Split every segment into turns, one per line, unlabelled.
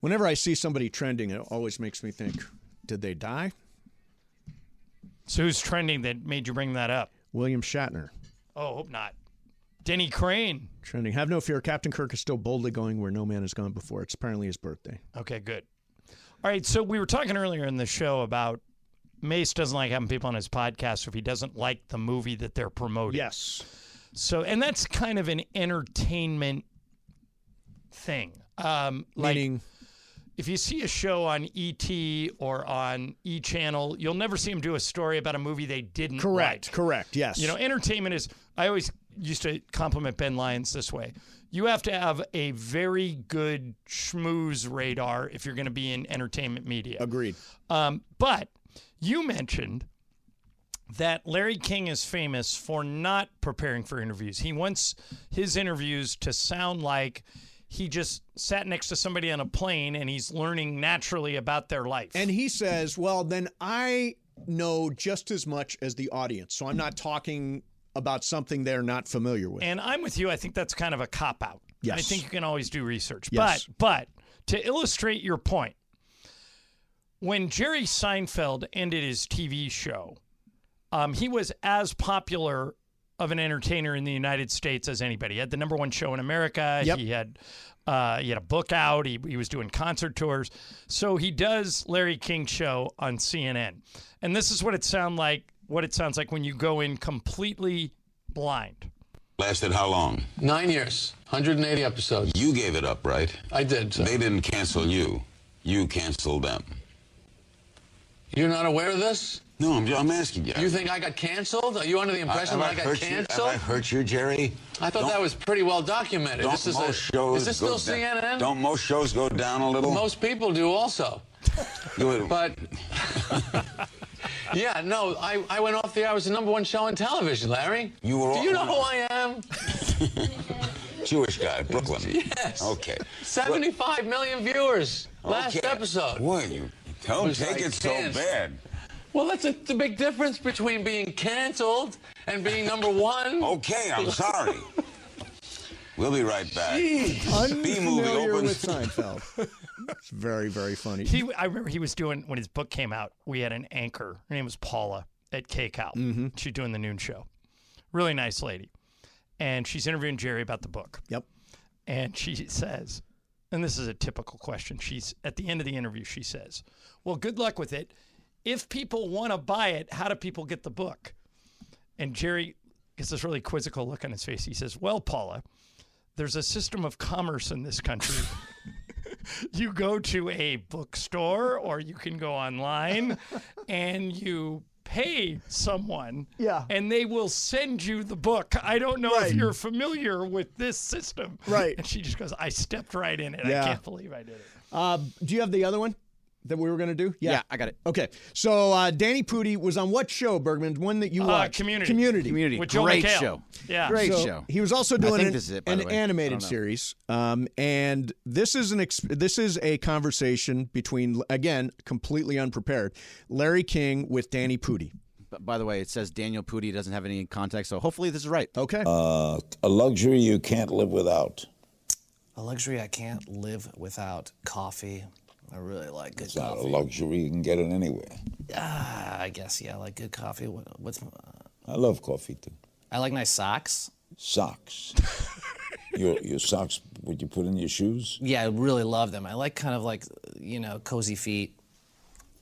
Whenever I see somebody trending, it always makes me think, did they die?
So who's trending that made you bring that up?
William Shatner.
Oh, hope not. Denny Crane.
Trending. Have no fear. Captain Kirk is still boldly going where no man has gone before. It's apparently his birthday.
Okay, good. All right. So we were talking earlier in the show about Mace doesn't like having people on his podcast if he doesn't like the movie that they're promoting.
Yes.
So, and that's kind of an entertainment thing. Um, like,
Meaning.
If you see a show on ET or on E Channel, you'll never see them do a story about a movie they didn't.
Correct.
Like.
Correct. Yes.
You know, entertainment is. I always used to compliment Ben Lyons this way. You have to have a very good schmooze radar if you're going to be in entertainment media.
Agreed.
Um, but you mentioned that Larry King is famous for not preparing for interviews. He wants his interviews to sound like he just sat next to somebody on a plane and he's learning naturally about their life.
And he says, Well, then I know just as much as the audience. So I'm not talking about something they're not familiar with.
And I'm with you. I think that's kind of a cop out.
Yes.
I think you can always do research.
Yes.
But but to illustrate your point, when Jerry Seinfeld ended his TV show, um, he was as popular of an entertainer in the United States as anybody. He had the number one show in America.
Yep.
He had uh, he had a book out. He, he was doing concert tours. So he does Larry King show on CNN, and this is what it sound like what it sounds like when you go in completely blind.
Lasted how long?
Nine years, 180 episodes.
You gave it up, right?
I did. So.
They didn't cancel you, you canceled them.
You're not aware of this?
No, I'm, I'm asking you.
You think I got canceled? Are you under the impression
I,
that I, got canceled?
You, have I hurt you, Jerry?
I thought
don't,
that was pretty well documented.
Don't
this is
most
a,
shows
is this
go
still CNN?
Down, don't most shows go down a little?
Most people do also. but yeah, no, I, I went off the air. I was the number one show on television, Larry.
You were.
Do you know who I am?
Jewish guy, Brooklyn.
Yes.
Okay.
Seventy-five million viewers last
okay.
episode.
Well, you don't
Was
take
like
it so
kids.
bad.
Well, that's a, the big difference between being canceled and being number one.
Okay, I'm sorry. we'll be right back. B movie
Unfamiliar with
opens.
Seinfeld. it's very, very funny.
He I remember he was doing when his book came out. We had an anchor. Her name was Paula at KCAL. She's doing the noon show. Really nice lady, and she's interviewing Jerry about the book.
yep.
And she says, and this is a typical question. She's at the end of the interview, she says, Well, good luck with it. If people want to buy it, how do people get the book? And Jerry gets this really quizzical look on his face. He says, Well, Paula, there's a system of commerce in this country. you go to a bookstore or you can go online and you pay someone
Yeah.
and they will send you the book. I don't know if you're familiar with this system.
Right.
And she just goes, I stepped right in it.
Yeah.
I can't believe I did it.
Uh, do you have the other one that we were going to do?
Yeah, I got it.
Okay. So uh, Danny Pudi was on what show, Bergman? One that you
Uh,
watched?
Community.
Community.
Community.
With Joel
Great
McHale.
show.
Yeah.
Great
So
show.
He was also doing
think
an,
this is it, by
an
the way. I
animated
don't know.
series, um, and this is an exp- this is a conversation between again completely unprepared Larry King with Danny Pudi.
B- By the way, it says Daniel Pudi doesn't have any context, so hopefully this is right.
Okay,
Uh, a luxury you can't live without.
A luxury I can't live without coffee. I really like good
It's not a
coffee.
luxury you can get it anywhere.
Ah, I guess yeah, I like good coffee. What, what's
I love coffee too.
I like nice socks.
Socks. your your socks. What you put in your shoes?
Yeah, I really love them. I like kind of like you know cozy feet.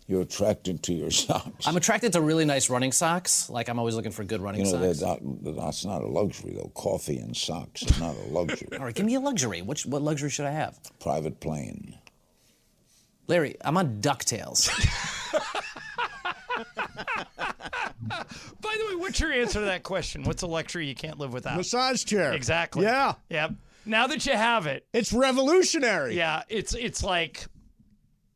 You're attracted to your socks.
I'm attracted to really nice running socks. Like I'm always looking for good running
you know
socks.
that's not, that's not a luxury though. Coffee and socks are not a luxury.
All right, give me a luxury. Which what luxury should I have?
Private plane.
Larry, I'm on Ducktales.
By the way, what's your answer to that question? What's a luxury you can't live without?
massage chair.
Exactly.
Yeah,
Yep. Now that you have it,
it's revolutionary.
yeah, it's it's like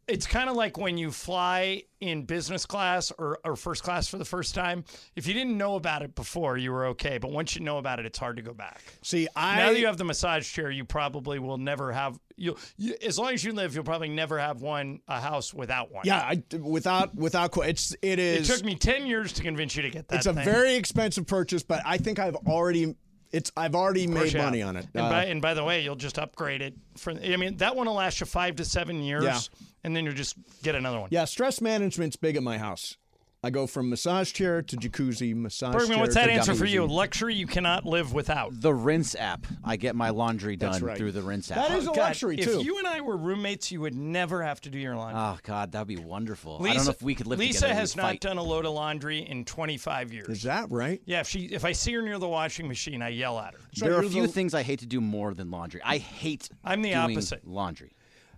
it's kind of like when you fly in business class or, or first class for the first time. If you didn't know about it before, you were okay. But once you know about it, it's hard to go back.
See, I
now that you have the massage chair, you probably will never have you. you as long as you live, you'll probably never have one a house without one.
Yeah, I, without without que- it's it
It
is.
took me ten years to convince you to get that.
it's a
thing.
very expensive purchase, but I think I've already it's I've already
Of course
made
you
money
have.
on it.
And,
Uh,
by, and by the way, you'll just upgrade it. For I mean, that one will last you five to seven years,
Yeah.
and then you'll just get another one.
yeah, stress management's big at my house. I go from massage chair to jacuzzi, massage
Bergman,
chair.
what's that
to
answer for you?
jacuzzi.
Luxury you cannot live without.
The rinse app. I get my laundry
That's
done
right.
through the rinse app.
That is a
Oh, God,
luxury too.
If you and I were roommates, you would never have to do your laundry.
Oh God, that'd be
Oh,
wonderful. I don't know if we could live
Lisa
together. We'd
has not
fight.
done a load of laundry in 25 years.
is that right?
Yeah, if she if I see her near the washing machine, I yell at her.
There are a few things I hate to do more than laundry. I hate.
I'm the
doing
opposite.
Laundry.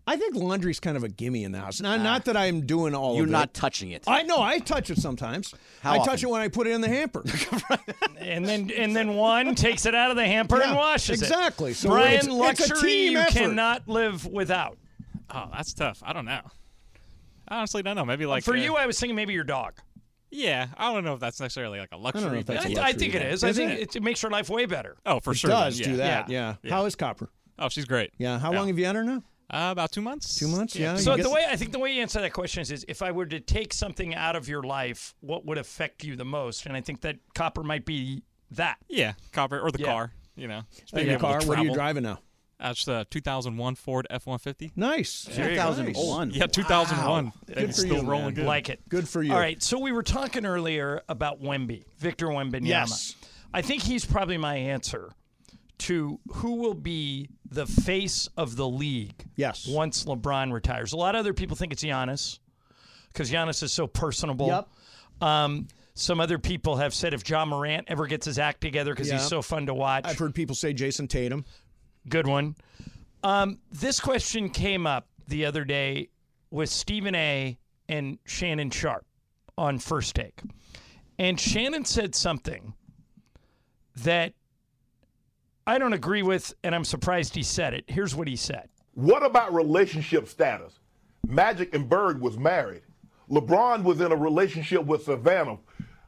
I think laundry's kind of a gimme in the house.
Ah.
Now, not that I'm doing all
You're
of
not
it.
touching it.
I know I touch it sometimes.
How
I
often?
touch it when I put it in the hamper.
And then and then one takes it out of the hamper
Yeah,
and washes it.
exactly. So
Brian,
it's- it's a
luxury
team
you
effort.
cannot live without.
Oh, that's tough. I don't know. I honestly don't know. Maybe like
For
uh,
you, I was thinking maybe your dog.
yeah. I don't know if that's necessarily like a luxury.
know if
but-
that's
I,
a
I
luxury,
think it
though.
is. I
Is
think
it?
it, it makes your life way better.
Oh, for
it
sure.
does
yeah.
do that. Yeah.
Yeah.
How is Copper?
Oh, she's great.
Yeah. How
Yeah.
long have you had her now?
Uh, about two months.
Two months. Yeah.
So
you
the
get-
way I think the way you answer that question is, is if I were to take something out of your life, what would affect you the most? And I think that copper might be that.
Yeah. Copper or the
Yeah.
car. You know. Just being
in the
able to
car. What are you
travel.
driving now?
That's the 2001 Ford F150.
Nice.
There you go.
2001.
Yeah, 2001.
Wow.
Things
Good for
still
you,
rolling
man.
good.
Like it.
Good for you.
All right. So we were talking earlier about Wemby, Victor Wembanyama.
Yes.
I think he's probably my answer to who will be the face of the league
Yes.
once LeBron retires. A lot of other people think it's Giannis because Giannis is so personable.
Yep.
Um, some other people have said if John Morant ever gets his act together because
Yeah.
he's so fun to watch.
I've heard people say Jason Tatum.
Good one. Um, this question came up the other day with Stephen A. and Shannon Sharp on First Take. And Shannon said something that I don't agree with, and I'm surprised he said it. Here's what he said.
What about relationship status? Magic and Bird was married. LeBron was in a relationship with Savannah.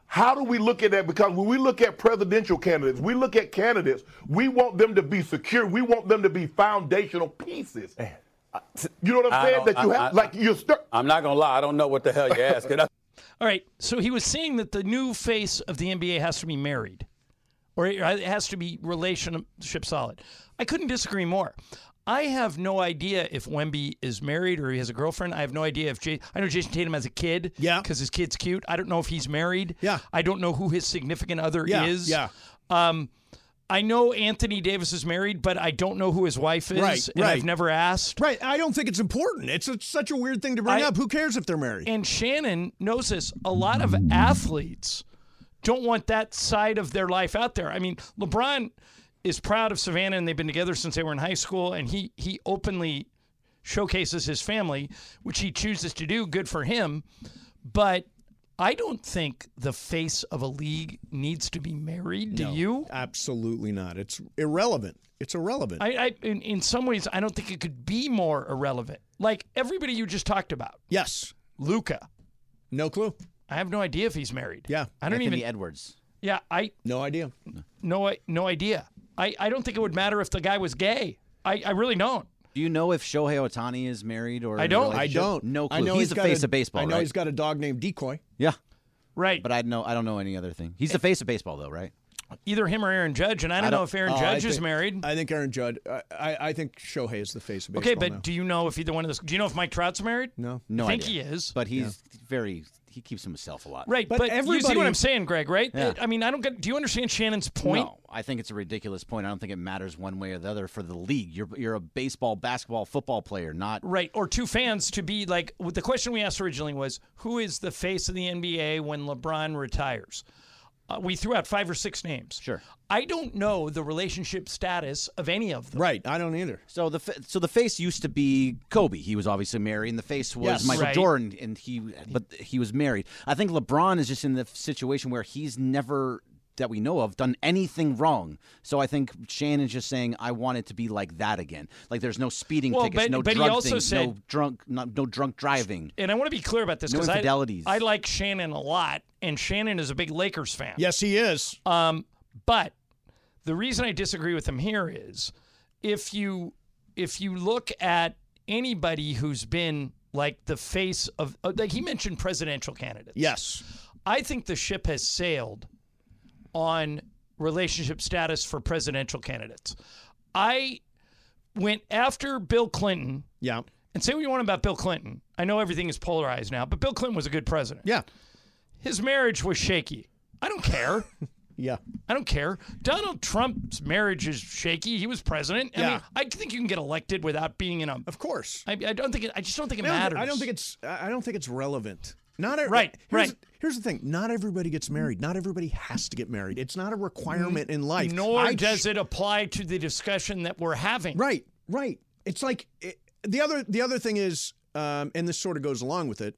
How do we look at that? Because when we look at presidential candidates, we look at candidates, we want them to be secure. We want them to be foundational pieces. You know what I'm
I
saying?
don't-
That you
I-
have,
I-
like, you're stuck.
I'm not gonna lie. I don't know what the hell you're asking.
All right, so he was saying that the new face of the NBA has to be married, or it has to be relationship solid. I couldn't disagree more. I have no idea if Wemby is married or he has a girlfriend. I have no idea if Jay. I know Jason Tatum has a kid.
Yeah.
because his kid's cute. I don't know if he's married.
Yeah.
I don't know who his significant other
Yeah,
is.
yeah.
Um, I know Anthony Davis is married, but I don't know who his wife is,
Right,
and
right.
I've never asked.
Right. I don't think it's important. It's a, such a weird thing to bring
I-
up. Who cares if they're married?
And Shannon knows this. A lot of athletes don't want that side of their life out there. I mean, LeBron is proud of Savannah, and they've been together since they were in high school, and he he openly showcases his family, which he chooses to do. Good for him, but. I don't think the face of a league needs to be married. Do
No,
you?
Absolutely not. It's irrelevant. It's irrelevant.
I, I in, in some ways, I don't think it could be more irrelevant. Like everybody you just talked about,
yes.
Luca.
No clue.
I have no idea if he's married.
Yeah.
I don't
Anthony
even.
Edwards.
Yeah, I
No idea.
no I- no idea. I, I don't think it would matter if the guy was gay. I, I really don't.
Do you know if Shohei Otani is married or? in
I
a
don't.
I
relationship?
don't.
No clue.
I know
he's, the
got
face
a-
of baseball.
I know
right?
he's got a dog named Decoy.
Yeah,
Right. Eh.
but I know. I don't know any other thing. He's the face of baseball, though, right?
Either him or Aaron Judge, and I don't,
I
know
don't-
if Aaron
Oh, I
Judge is
think-
married.
I think Aaron Judd. I, I, I think Shohei is the face of baseball.
okay, but
now.
do you know if either one of those? Do you know if Mike Trout's married?
no.
No,
I think
idea.
he is.
But he's very. He keeps himself a lot.
Right, but,
But
you see
everybody-
what I'm saying, Greg? Right?
Yeah.
I mean, I don't get. Do you understand Shannon's point?
No, I think it's a ridiculous point. I don't think it matters one way or the other for the league. You're you're a baseball, basketball, football player, not
Right, or two fans to be like with the question we asked originally was who is the face of the NBA when LeBron retires? Uh, we threw out five or six names.
Sure.
I don't know the relationship status of any of them.
Right. I don't either.
So the fa- so the face used to be Kobe. He was obviously married, and the face was
Yes.
Michael
Right.
Jordan, and he but he was married. I think LeBron is just in the situation where he's never that we know of done anything wrong. So I think Shannon's just saying I want it to be like that again. Like there's no speeding
Well,
tickets,
but-
no
but he
drug
also
things, no
said-
drunk, not, no drunk driving.
And I want to be clear about this
No
because
infidelities.
I, I like Shannon a lot, and Shannon is a big Lakers fan.
Yes, he is.
Um, but the reason I disagree with him here is if you if you look at anybody who's been like the face of uh, like he mentioned presidential candidates.
Yes.
I think the ship has sailed on relationship status for presidential candidates. I went after Bill Clinton.
Yeah.
And say what you want about Bill Clinton. I know everything is polarized now, but Bill Clinton was a good president.
Yeah.
His marriage was shaky. I don't care.
yeah.
I don't care. Donald Trump's marriage is shaky. He was president. I
Yeah.
mean, I think you can get elected without being in a. Of
course.
I, I don't think. It, I just don't think it
I don't-
matters.
I don't think it's. I I don't think it's relevant. Not e-
Right,
Here's,
right.
Here's the thing: not everybody gets married. Not everybody has to get married. It's not a requirement in life.
Nor
I
does it apply to the discussion that we're having.
Right, right. It's like it, the other the other thing is, um, and this sort of goes along with it.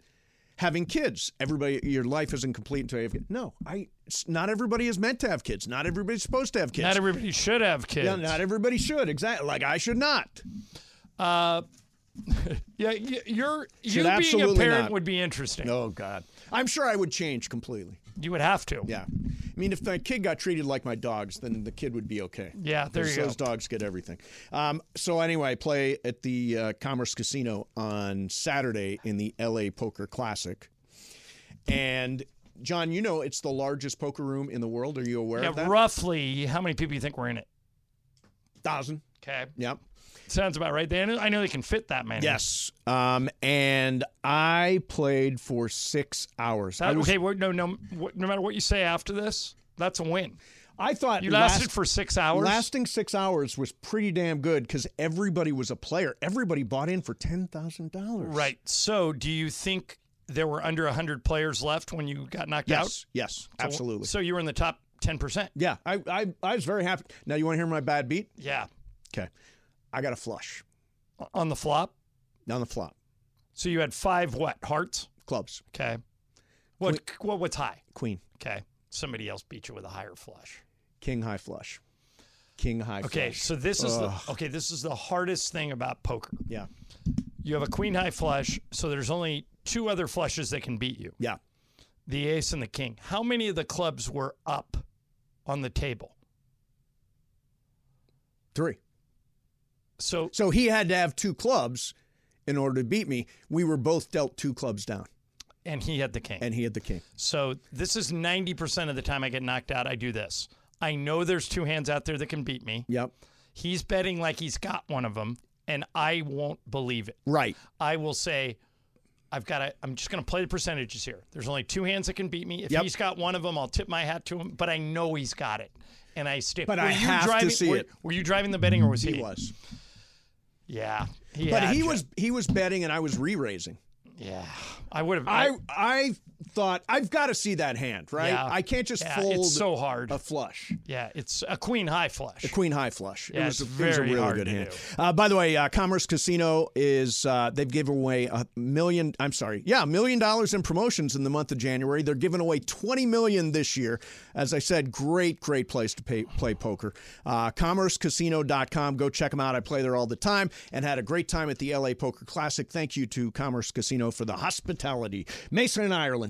Having kids, everybody, your life isn't complete until you have kids. No, I. it's- Not everybody is meant to have kids. Not everybody's supposed to have kids.
Not everybody should have kids.
Yeah, not everybody should. Exactly. Like I should not.
Uh, yeah, y- you're
Should
you being a
absolutely
parent
not.
would be interesting.
Oh God, I'm sure I would change completely.
You would have to.
Yeah, I mean, if my kid got treated like my dogs, then the kid would be okay.
Yeah, there
Because
you go.
Those dogs get everything. Um, so anyway, I play at the uh, Commerce Casino on Saturday in the L.A. Poker Classic, and John, you know it's the largest poker room in the world. Are you aware
Yeah,
of that?
roughly, how many people you think were in it?
Thousand.
Okay.
Yep.
Sounds about right. They, I know they can fit that many.
Yes. Um, and I played for six hours. I
That,
was-
okay. well, No, no, wh- no matter what you say after this, that's a win.
I thought
you lasted
last-
for six hours.
Lasting six hours was pretty damn good because everybody was a player. Everybody bought in for ten thousand dollars.
right. So, do you think there were under hundred players left when you got knocked out?
Yes. Yes.
So-
Absolutely.
So you were in the top ten percent.
yeah. I, I I was very happy. Now you want to hear my bad beat?
Yeah.
Okay. I got a flush
On the flop.
on the flop.
So you had five what hearts?
Clubs.
Okay. What what what's high?
Queen.
Okay. Somebody else beat you with a higher flush.
King high flush. King high.
Okay.
Flush.
So this is the,
Ugh.
okay. This is the hardest thing about poker.
Yeah.
You have a queen high flush, so there's only two other flushes that can beat you.
Yeah.
The ace and the king. How many of the clubs were up on the table?
three.
So
So he had to have two clubs in order to beat me. We were both dealt two clubs down,
and he had the king.
and he had the king.
So this is 90% of the time I get knocked out, I do this. I know there's two hands out there that can beat me.
Yep.
He's betting like he's got one of them, and I won't believe it.
Right.
I will say, I've got to, I'm just going to play the percentages here. There's only two hands that can beat me. If
Yep.
he's got one of them, I'll tip my hat to him, but I know he's got it. And I stay.
But
were
I
you
have to
driving,
see
were,
it.
Were you driving the betting or was he?
He was.
Yeah. He
but
had
he
you.
was he was betting, and I was re-raising.
Yeah. I would have.
I I thought I've got to see that hand, right?
Yeah.
I can't just
Yeah, it's
fold
so hard.
a flush.
yeah. It's a queen high flush.
A queen high flush.
Yeah,
it, was a,
it's
it was a
very
really
hard
good
to
hand.
do.
Uh, by the way, uh, Commerce Casino is uh, they've given away a million. I'm sorry, yeah, a million dollars in promotions in the month of January. They're giving away 20 million this year. As I said, great, great place to pay, play poker. Uh, CommerceCasino.com. Go check them out. I play there all the time and had a great time at the LA Poker Classic. Thank you to Commerce Casino for the hospitality. Mason in Ireland,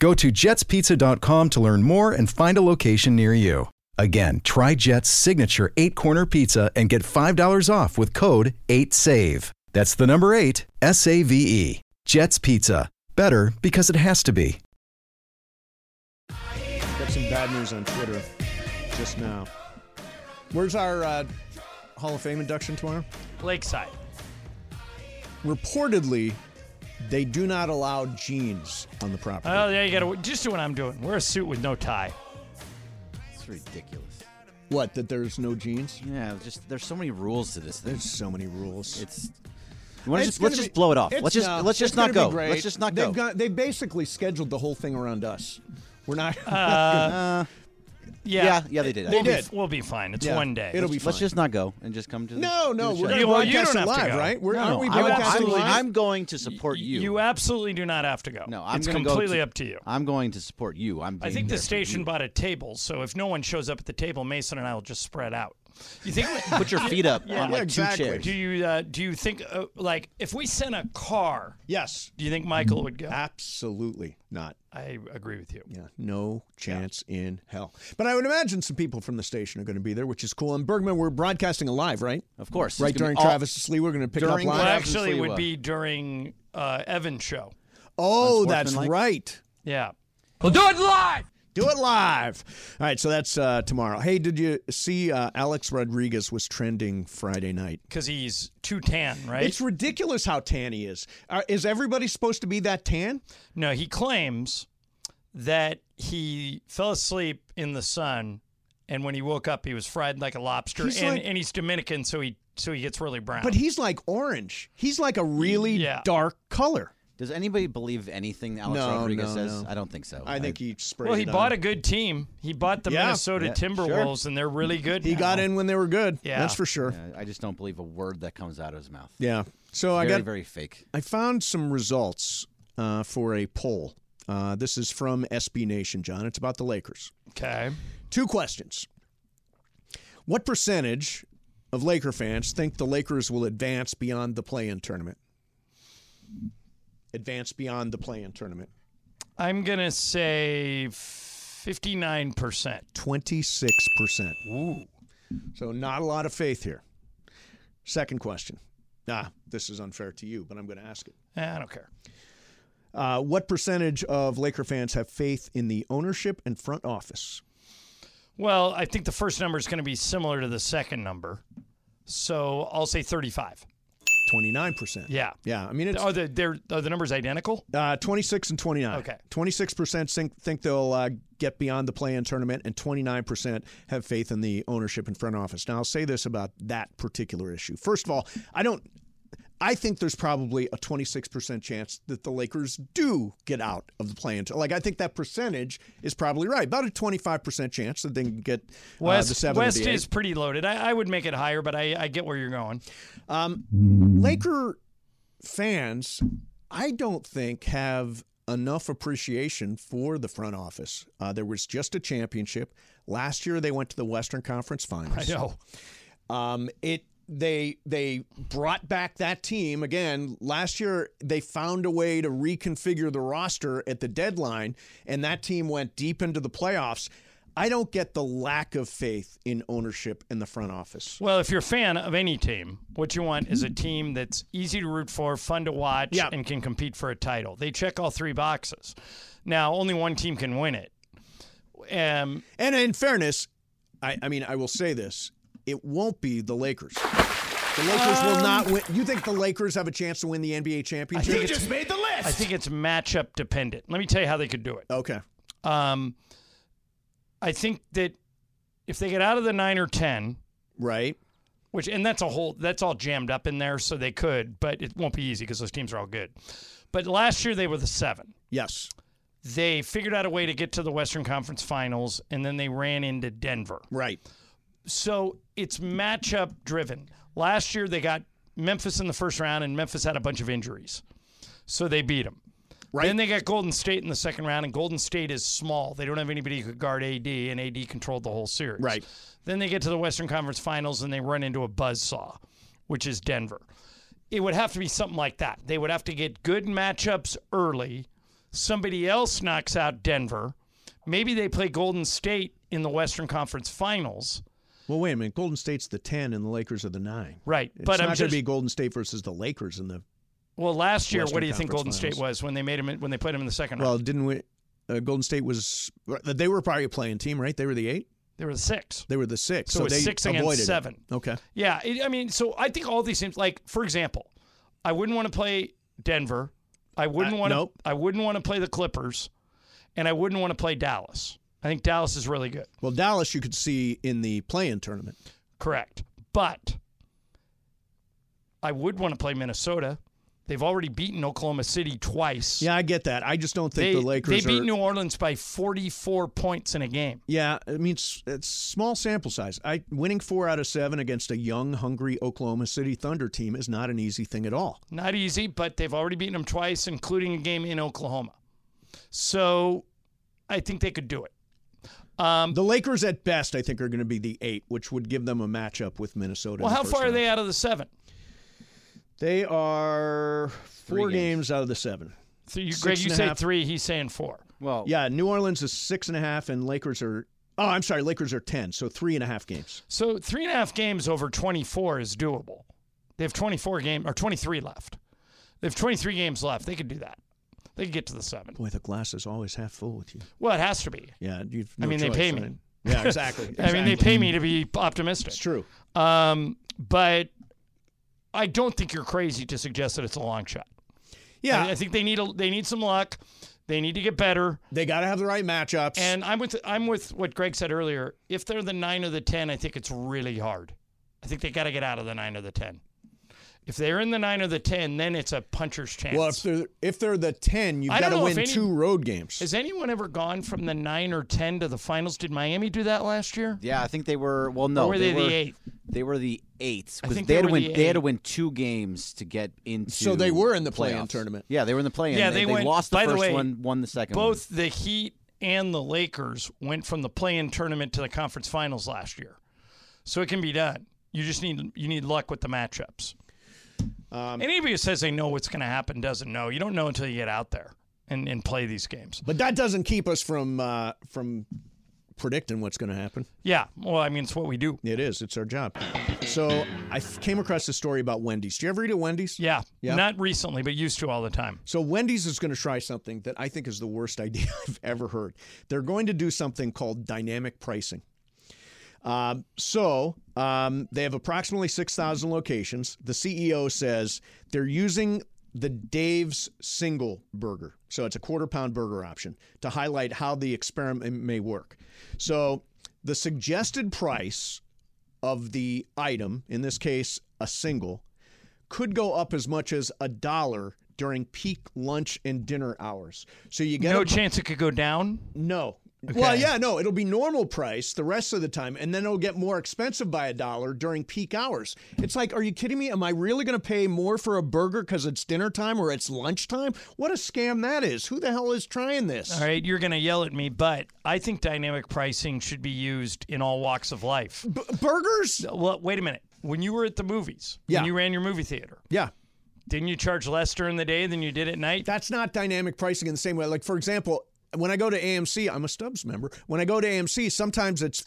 Go to jetspizza.com to learn more and find a location near you. Again, try Jet's signature eight corner pizza and get $5 off with code 8SAVE. That's the number eight, S A V E. Jet's Pizza. Better because it has to be.
Got some bad news on Twitter just now. Where's our uh, Hall of Fame induction tomorrow?
Lakeside.
Reportedly, they do not allow jeans on the
Uh,
property.
Oh, yeah, you got to just do what I'm doing. Wear a suit with no tie.
It's ridiculous.
What? That there's no jeans?
Yeah, just there's so many rules to this. Thing.
There's so many rules.
It's. You wanna just, let's just blow it off. Let's just let's just not go. Let's just not
they've
go.
got- they basically scheduled the whole thing around us. We're not.
Uh, yeah.
yeah, yeah, they did.
We'll,
They
be-
did.
we'll be fine. It's
Yeah.
one day.
It'll be
Let's
fine.
just not go and just come to. The,
No, no,
to the
we're
show.
gonna
Well,
broadcast
you don't
it
have to
live,
go.
right? We're,
No,
aren't
no,
we
I'm
broadcasting
absolutely-
live?
I'm going to support you.
You absolutely do not have to go.
No, I'm
it's
gonna go
completely up to you.
I'm going to support you. I'm.
I
being
think the
there for
station
you.
bought a table, so if no one shows up at the table, Mason and I will just spread out. You think?
Put your feet up
Yeah.
on
Yeah,
like
exactly.
two chairs.
do you uh, do you think uh, like if we sent a car?
Yes.
Do you think Michael would go?
Absolutely not.
I agree with you.
Yeah, no chance in hell. But I would imagine some people from the station are going to be there, which is cool. And Bergman, we're broadcasting a live, right?
Of course.
Right
It's gonna
during
be all-
Travis Slee, we're going to pick
During
up
Well,
live.
Travis
actually, it
Lee
would
was.
be during uh, Evan's show.
oh, that's
Unsportsmanlike.
right.
Yeah.
We'll do it live.
Do it live. All right, so that's uh, tomorrow. Hey, did you see uh, Alex Rodriguez was trending Friday night?
Because he's too tan, right?
It's ridiculous how tan he is. Uh, is everybody supposed to be that tan?
No, he claims that he fell asleep in the sun, and when he woke up, he was fried like a lobster.
He's
and,
like-
and he's Dominican, so he so he gets really brown.
But he's like orange. He's like a really
Yeah.
dark color.
Does anybody believe anything Alex
No,
Rodriguez
no,
says?
no.
I don't think so.
I think he sprayed.
well, he
it on.
bought a good team. He bought the
Yeah.
Minnesota
Yeah, sure.
Timberwolves, and they're really good.
He
now.
got in when they were good.
Yeah.
that's for sure.
Yeah, I just don't believe a word that comes out of his mouth.
Yeah. So I
very,
got
very fake.
I found some results uh, for a poll. Uh, this is from SB Nation, John. It's about the Lakers.
Okay.
Two questions. What percentage of Laker fans think the Lakers will advance beyond the play-in tournament? Advance beyond the play-in tournament.
I'm gonna say fifty-nine percent.
26%.
Ooh.
So not a lot of faith here. Second question. Ah, this is unfair to you, but I'm going to ask it.
Eh, I don't care.
Uh, what percentage of Laker fans have faith in the ownership and front office?
Well, I think the first number is going to be similar to the second number, so I'll say thirty-five.
29%.
Yeah.
Yeah. I mean, it's
Are the they're, are the numbers identical?
uh, 26 and 29.
Okay.
26% think, think they'll uh, get beyond the play in tournament, and 29% have faith in the ownership and front office. Now, I'll say this about that particular issue. First of all, I don't. I think there's probably a 26% chance that the Lakers do get out of the play-in. Like I think that percentage is probably right, about a 25% chance that they can get uh, the
West,
seven. or
West
the eight.
is pretty loaded. I, I would make it higher, but I, I get where you're going.
Um, Laker fans, I don't think have enough appreciation for the front office. Uh, there was just a championship last year. They went to the Western Conference
I
Finals.
know.
Um, it they they brought back that team again last year. They found a way to reconfigure the roster at the deadline, and that team went deep into the playoffs. I don't get the lack of faith in ownership in the front office.
Well, if you're a fan of any team, what you want is a team that's easy to root for, fun to watch,
Yeah.
and can compete for a title. They check all three boxes. Now, only one team can win it. Um,
And in fairness, I, I mean, I will say this: it won't be the Lakers. The Lakers will not win. You think the Lakers have a chance to win the NBA
Um, I
championship?
think it's,
made the list.
I think it's matchup dependent. Let me tell you how they could do it.
okay.
Um, I think that if they get out of the nine or ten,
Right.
which and that's a whole that's all jammed up in there, so they could, but it won't be easy because those teams are all good. But last year they were the seven.
Yes.
They figured out a way to get to the Western Conference Finals, and then they ran into Denver.
Right.
So it's matchup driven. Last year they got Memphis in the first round, and Memphis had a bunch of injuries, so they beat them.
Right.
Then they got Golden State in the second round, and Golden State is small. They don't have anybody who could guard AD, and AD controlled the whole series.
Right.
Then they get to the Western Conference Finals, and they run into a buzzsaw, which is Denver. It would have to be something like that. They would have to get good matchups early. Somebody else knocks out Denver. Maybe they play Golden State in the Western Conference Finals.
Well, wait a minute. Golden State's the ten, and the Lakers are the nine.
Right,
It's not
but I'm
going to
just-
be Golden State versus the Lakers in the.
Well, last year,
Western
what do you think Golden
Conference
State was when they made him when they played him in the second round?
Well, didn't we? Uh, Golden State was. uh, They were probably a playing team, right? They were the eight.
They were the six.
They were the six.
So
So,
it was
they
six against
avoided it.
seven.
Okay.
Yeah, it, I mean, so I think all these teams. Like, for example, I wouldn't want to play Denver. I wouldn't
Uh,
want to.
nope.
I wouldn't want to play the Clippers, and I wouldn't want to play Dallas. I think Dallas is really good.
Well, Dallas, you could see in the play-in tournament.
Correct, but I would want to play Minnesota. They've already beaten Oklahoma City twice.
Yeah, I get that. I just don't
They,
think the Lakers.
they beat
are,
New Orleans by 44 points in a game.
Yeah, I mean it's, it's small sample size. I winning four out of seven against a young, hungry Oklahoma City Thunder team is not an easy thing at all.
Not easy, but they've already beaten them twice, including a game in Oklahoma. So I think they could do it. Um,
the Lakers, at best, I think, are going to be the eight, which would give them a matchup with Minnesota. in
Well,
the
how
first
far are
round.
they out of the seven?
They are four games. out of the seven.
So you,
Six
Greg, you
and a
say
half.
three. He's saying four.
Well,
Yeah, New Orleans is six and a half, and Lakers are. Oh, I'm sorry, Lakers are ten, so three and a half games.
So three and a half games over 24 is doable. They have 24 game or 23 left. They have 23 games left. They could do that. They could get to the seven.
Boy, the glass is always half full with you.
Well, it has to be.
Yeah, you've.
I
no
mean,
choice,
they pay
right?
me.
Yeah, exactly.
I mean, they
exactly.
pay me to be optimistic. It's
true.
Um, but I don't think you're crazy to suggest that it's a long shot.
Yeah.
I, I think they need a, they need some luck. They need to get better.
They got to have the right matchups.
And I'm with I'm with what Greg said earlier. If they're the nine or the ten, I think it's really hard. I think they got to get out of the nine or the ten. If they're in the nine or the ten, then it's a puncher's chance.
Well, if they're if they're the ten, you've
I
got
don't
to
know if
win
any-
two road games.
Has anyone ever gone from the nine or ten to the finals? Did Miami do that last year?
Yeah, I think they were. Well, no,
were they the
were,
eighth?
They were the eighth
I
because
think
they
they
had to
were
win.
the
They had to
eighth.
win two games to get into.
So they were in the play-in
playoffs.
tournament.
Yeah, they were in the play-in.
Yeah,
they,
they, went.
lost the
by
first
the way,
one, won the second. one.
Both the Heat and the Lakers went from the play-in tournament to the conference finals last year, so it can be done. You just need you need luck with the matchups.
Um,
Anybody who says they know what's going to happen doesn't know. You don't know until you get out there and, and play these games.
But that doesn't keep us from uh, from predicting what's going to happen.
Yeah, well, I mean, it's what we do.
It is. It's our job. So I f- came across a story about Wendy's. Do you ever eat at Wendy's?
Yeah,
Yeah.
not recently, but used to all the time.
So Wendy's is going to try something that I think is the worst idea I've ever heard. They're going to do something called dynamic pricing. Um, so um, they have approximately 6,000 locations. The CEO says they're using the Dave's single burger. So it's a quarter pound burger option to highlight how the experiment may work. So the suggested price of the item, in this case, a single, could go up as much as a dollar during peak lunch and dinner hours. So you get
no
a-
chance it could go down.
no.
Okay.
Well, yeah, no, it'll be normal price the rest of the time, and then it'll get more expensive by a dollar during peak hours. It's like, are you kidding me? Am I really going to pay more for a burger because it's dinner time or it's lunchtime? What a scam that is! Who the hell is trying this?
All right, you're going to yell at me, but I think dynamic pricing should be used in all walks of life.
burgers?
Well, wait a minute. When you were at the movies,
Yeah.
when you ran your movie theater,
Yeah.
didn't you charge less during the day than you did at night?
That's not dynamic pricing in the same way. Like, for example, when I go to AMC, I'm a Stubbs member. When I go to AMC, sometimes it's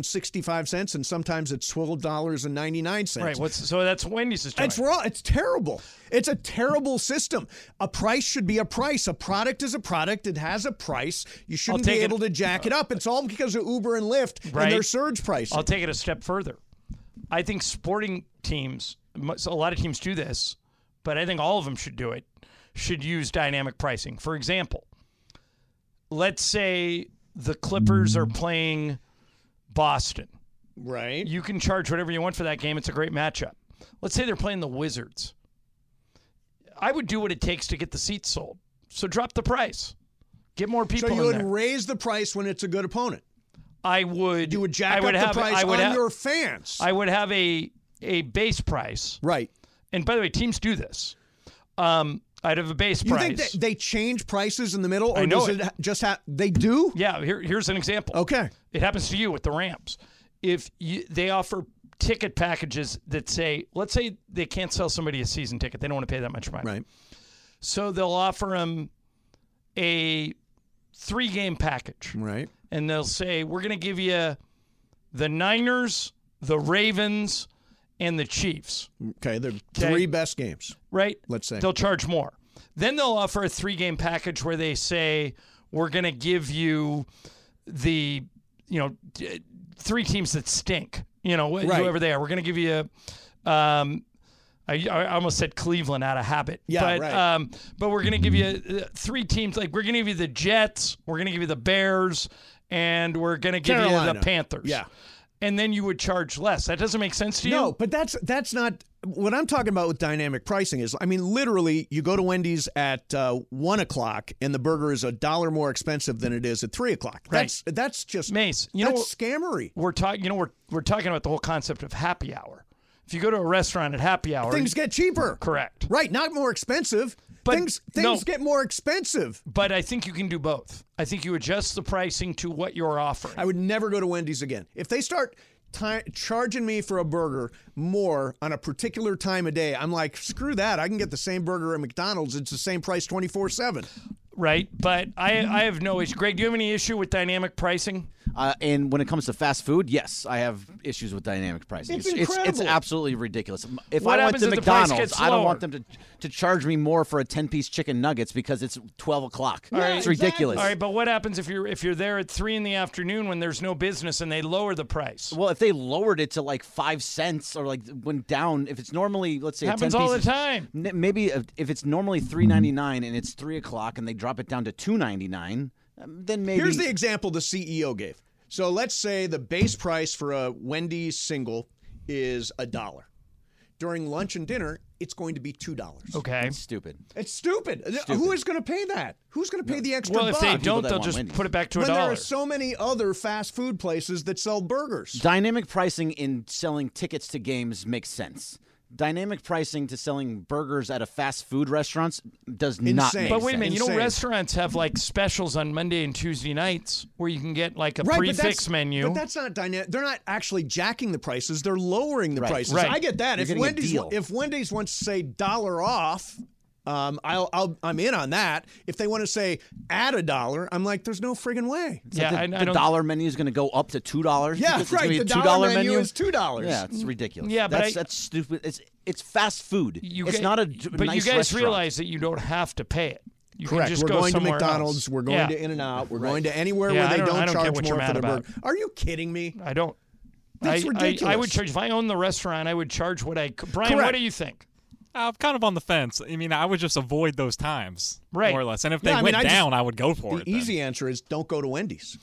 $15.65 and sometimes it's $12.99.
Right. What's so that's Wendy's is doing.
It's wrong. It's terrible. It's a terrible system. A price should be a price. A product is a product. It has a price. You shouldn't be
take it-
able to jack it up. It's all because of Uber and Lyft
right?
and their surge pricing.
I'll take it a step further. I think sporting teams, mu- so a lot of teams do this, but I think all of them should do it. Should use dynamic pricing. For example, let's say the Clippers are playing Boston.
Right.
You can charge whatever you want for that game. It's a great matchup. Let's say they're playing the Wizards. I would do what it takes to get the seats sold. So drop the price. Get more people.
so you
in
would
there.
raise the price when it's a good opponent.
I would.
You would jack
I would
up
have-
the price
I would
on
have-
your fans.
I would have a a base price.
Right.
And by the way, teams do this. Um, I'd have a base
you
price.
think that they change prices in the middle, or
I know
does
it.
it, ha- just have? They do.
yeah. Here, here's an example.
Okay.
It happens to you with the Rams. If you, they offer ticket packages that say, let's say they can't sell somebody a season ticket, they don't want to pay that much money.
Right.
So they'll offer them a three game package.
Right.
and they'll say, We're going to give you the Niners, the Ravens, and the Chiefs.
Okay, they're three best games.
Right?
Let's say.
They'll charge more. Then they'll offer a three game package where they say, We're going to give you the, you know, d- three teams that stink, you know, wh-
Right.
whoever they are. We're going to give you. Um, I, I almost said Cleveland out of habit.
Yeah,
but,
right.
um, but we're going to give you uh, three teams. Like, we're going to give you the Jets, we're going to give you the Bears, and we're going to give you
Carolina.
the Panthers.
Yeah.
And then you would charge less. That doesn't make sense to you?
No, but that's that's not what I'm talking about with dynamic pricing. Is I mean, literally, you go to Wendy's at uh, one o'clock and the burger is a dollar more expensive than it is at three o'clock. That's that's just
Mace. You know,
that's scammery.
We're talking. You know, we're we're talking about the whole concept of happy hour. If you go to a restaurant at happy hour,
Things get cheaper.
correct.
Right, not more expensive.
But
things things
no.
get more expensive.
But I think you can do both. I think you adjust the pricing to what you're offering.
I would never go to Wendy's again. If they start ti charging me for a burger more on a particular time of day, I'm like, screw that. I can get the same burger at McDonald's. It's the same price 24 7.
right? But I I have no issue. Greg, do you have any issue with dynamic pricing?
Uh, and when it comes to fast food, yes, I have issues with dynamic pricing.
It's
it's, it's
incredible.
absolutely ridiculous. If
What
I went
happens
to
if the price
McDonald's,
gets
I don't
lower?
want them to, to charge me more for a ten piece chicken nuggets because it's twelve o'clock. it's ridiculous.
All right, but what happens if you're if you're there at three in the afternoon when there's no business and they lower the price?
Well, if they lowered it to like five cents or like went down, if it's normally let's say
Happens
a 10
all the
piece is-
time.
n- maybe if if it's normally three ninety nine and it's three o'clock and they drop it down to two ninety nine, then maybe
Here's the example the CEO gave. So let's say the base price for a Wendy's single is a dollar. During lunch and dinner, it's going to be two dollars.
Okay.
stupid.
It's stupid. Who
Stupid.
is going to pay that? Who's going to pay the extra
Well, if they
buck?
don't, they'll just put it back to a
when there
dollar.
are so many other fast food places that sell burgers.
Dynamic pricing in selling tickets to games makes sense. Dynamic pricing to selling burgers at a fast food restaurants does not
Insane.
make
But wait a
sense.
minute, you know restaurants have like specials on Monday and Tuesday nights where you can get like a
right, but
prefix
that's,
menu.
But that's not dynamic. They're not actually jacking the prices. They're lowering the
Right.
prices.
Right.
I get that.
You're
if
getting a
Wendy's
deal.
if Wendy's wants to say dollar off, um, I'll, I'll I'm in on that. If they want to say add a dollar, I'm like, there's no friggin' way.
It's like the, the dollar menu is going to go up to two dollars.
Yeah,
it's gonna
right,
be a
the dollar
$2
menu is $2.
Yeah, it's ridiculous.
Yeah, but
that's,
I-
that's stupid. It's it's fast food.
You
it's
guys-
not a d-
But
nice
you guys
restaurant.
realize that you don't have to pay it. You
Correct.
Can just
we're
go
going to
somewhere
McDonald's.
else.
We're going
Yeah.
to In and Out. We're going
Right.
to anywhere
Yeah,
where
I
they
don't-
don't,
I don't get
charge
what you're
more for
mad
the
about.
burger. Are you kidding me?
I don't.
That's
I, I- I,
ridiculous.
would charge if I owned the restaurant. I would charge what I. c- Brian, what
Correct.
do you think?
I'm kind of on the fence. I mean, I would just avoid those times,
Right.
more or less. And if
No,
they
I mean,
went
I just-
down, I would go for
The
it. then.
easy answer is don't go to Wendy's.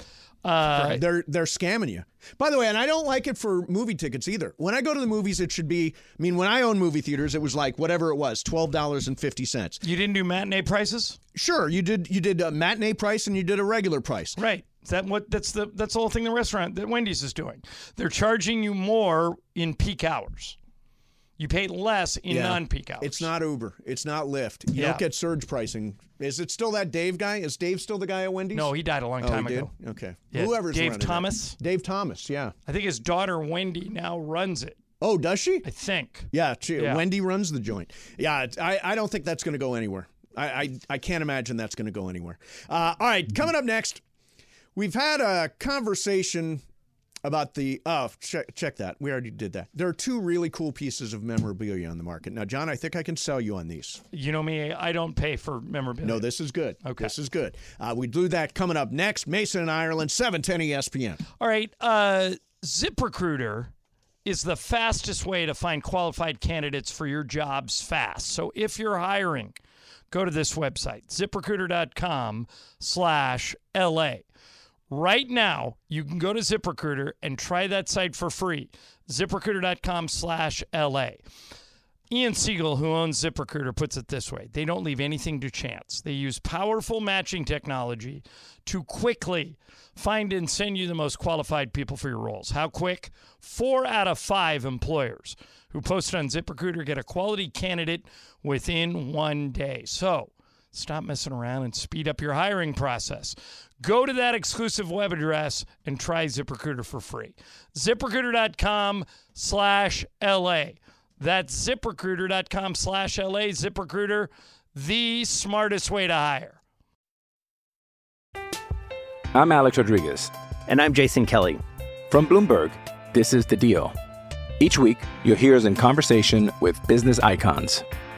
Uh,
They're they're scamming you. By the way, and I don't like it for movie tickets either. When I go to the movies, it should be. I mean, when I own movie theaters, it was like whatever it was, twelve dollars and fifty cents.
You didn't do matinee prices,
Sure, you did. You did a matinee price and you did a regular price.
right? Is that what? That's the that's the whole thing. The restaurant that Wendy's is doing. They're charging you more in peak hours. You pay less in
Yeah.
non-peak hours.
It's not Uber. It's not Lyft. You
Yeah.
don't get surge pricing. Is it still that Dave guy? Is Dave still the guy at Wendy's?
No, he died a long
Oh,
time
he
ago.
did? Okay.
Yeah,
Whoever's
Dave
running it.
Thomas?
Dave Thomas. Yeah.
I think his daughter Wendy now runs it.
Oh, does she?
I think.
Yeah, she,
Yeah.
Wendy runs the joint. Yeah, it's- I, I don't think that's going to go anywhere. I, I, I can't imagine that's going to go anywhere. Uh, all right, coming up next, we've had a conversation about the. Oh, check, check that. We already did that. There are two really cool pieces of memorabilia on the market. Now, John, I think I can sell you on these.
You know me. I don't pay for memorabilia.
No, this is good. Okay. This is good. Uh, we do that coming up next. Mason and Ireland, E 710 ESPN.
All right. Uh, ZipRecruiter is the fastest way to find qualified candidates for your jobs fast. So if you're hiring, go to this website, ziprecruiter.com slash LA. Right now, you can go to ZipRecruiter and try that site for free, ziprecruiter.com slash LA. Ian Siegel, who owns ZipRecruiter, puts it this way they don't leave anything to chance. They use powerful matching technology to quickly find and send you the most qualified people for your roles. How quick? Four out of five employers who post on ZipRecruiter get a quality candidate within one day. So, Stop messing around and speed up your hiring process. Go to that exclusive web address and try ZipRecruiter for free. ZipRecruiter.com slash LA. That's ZipRecruiter.com slash LA. ZipRecruiter, the smartest way to hire.
I'm Alex Rodriguez.
And I'm Jason Kelly.
From Bloomberg, this is The Deal. Each week, you'll hear us in conversation with business icons.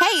Hey,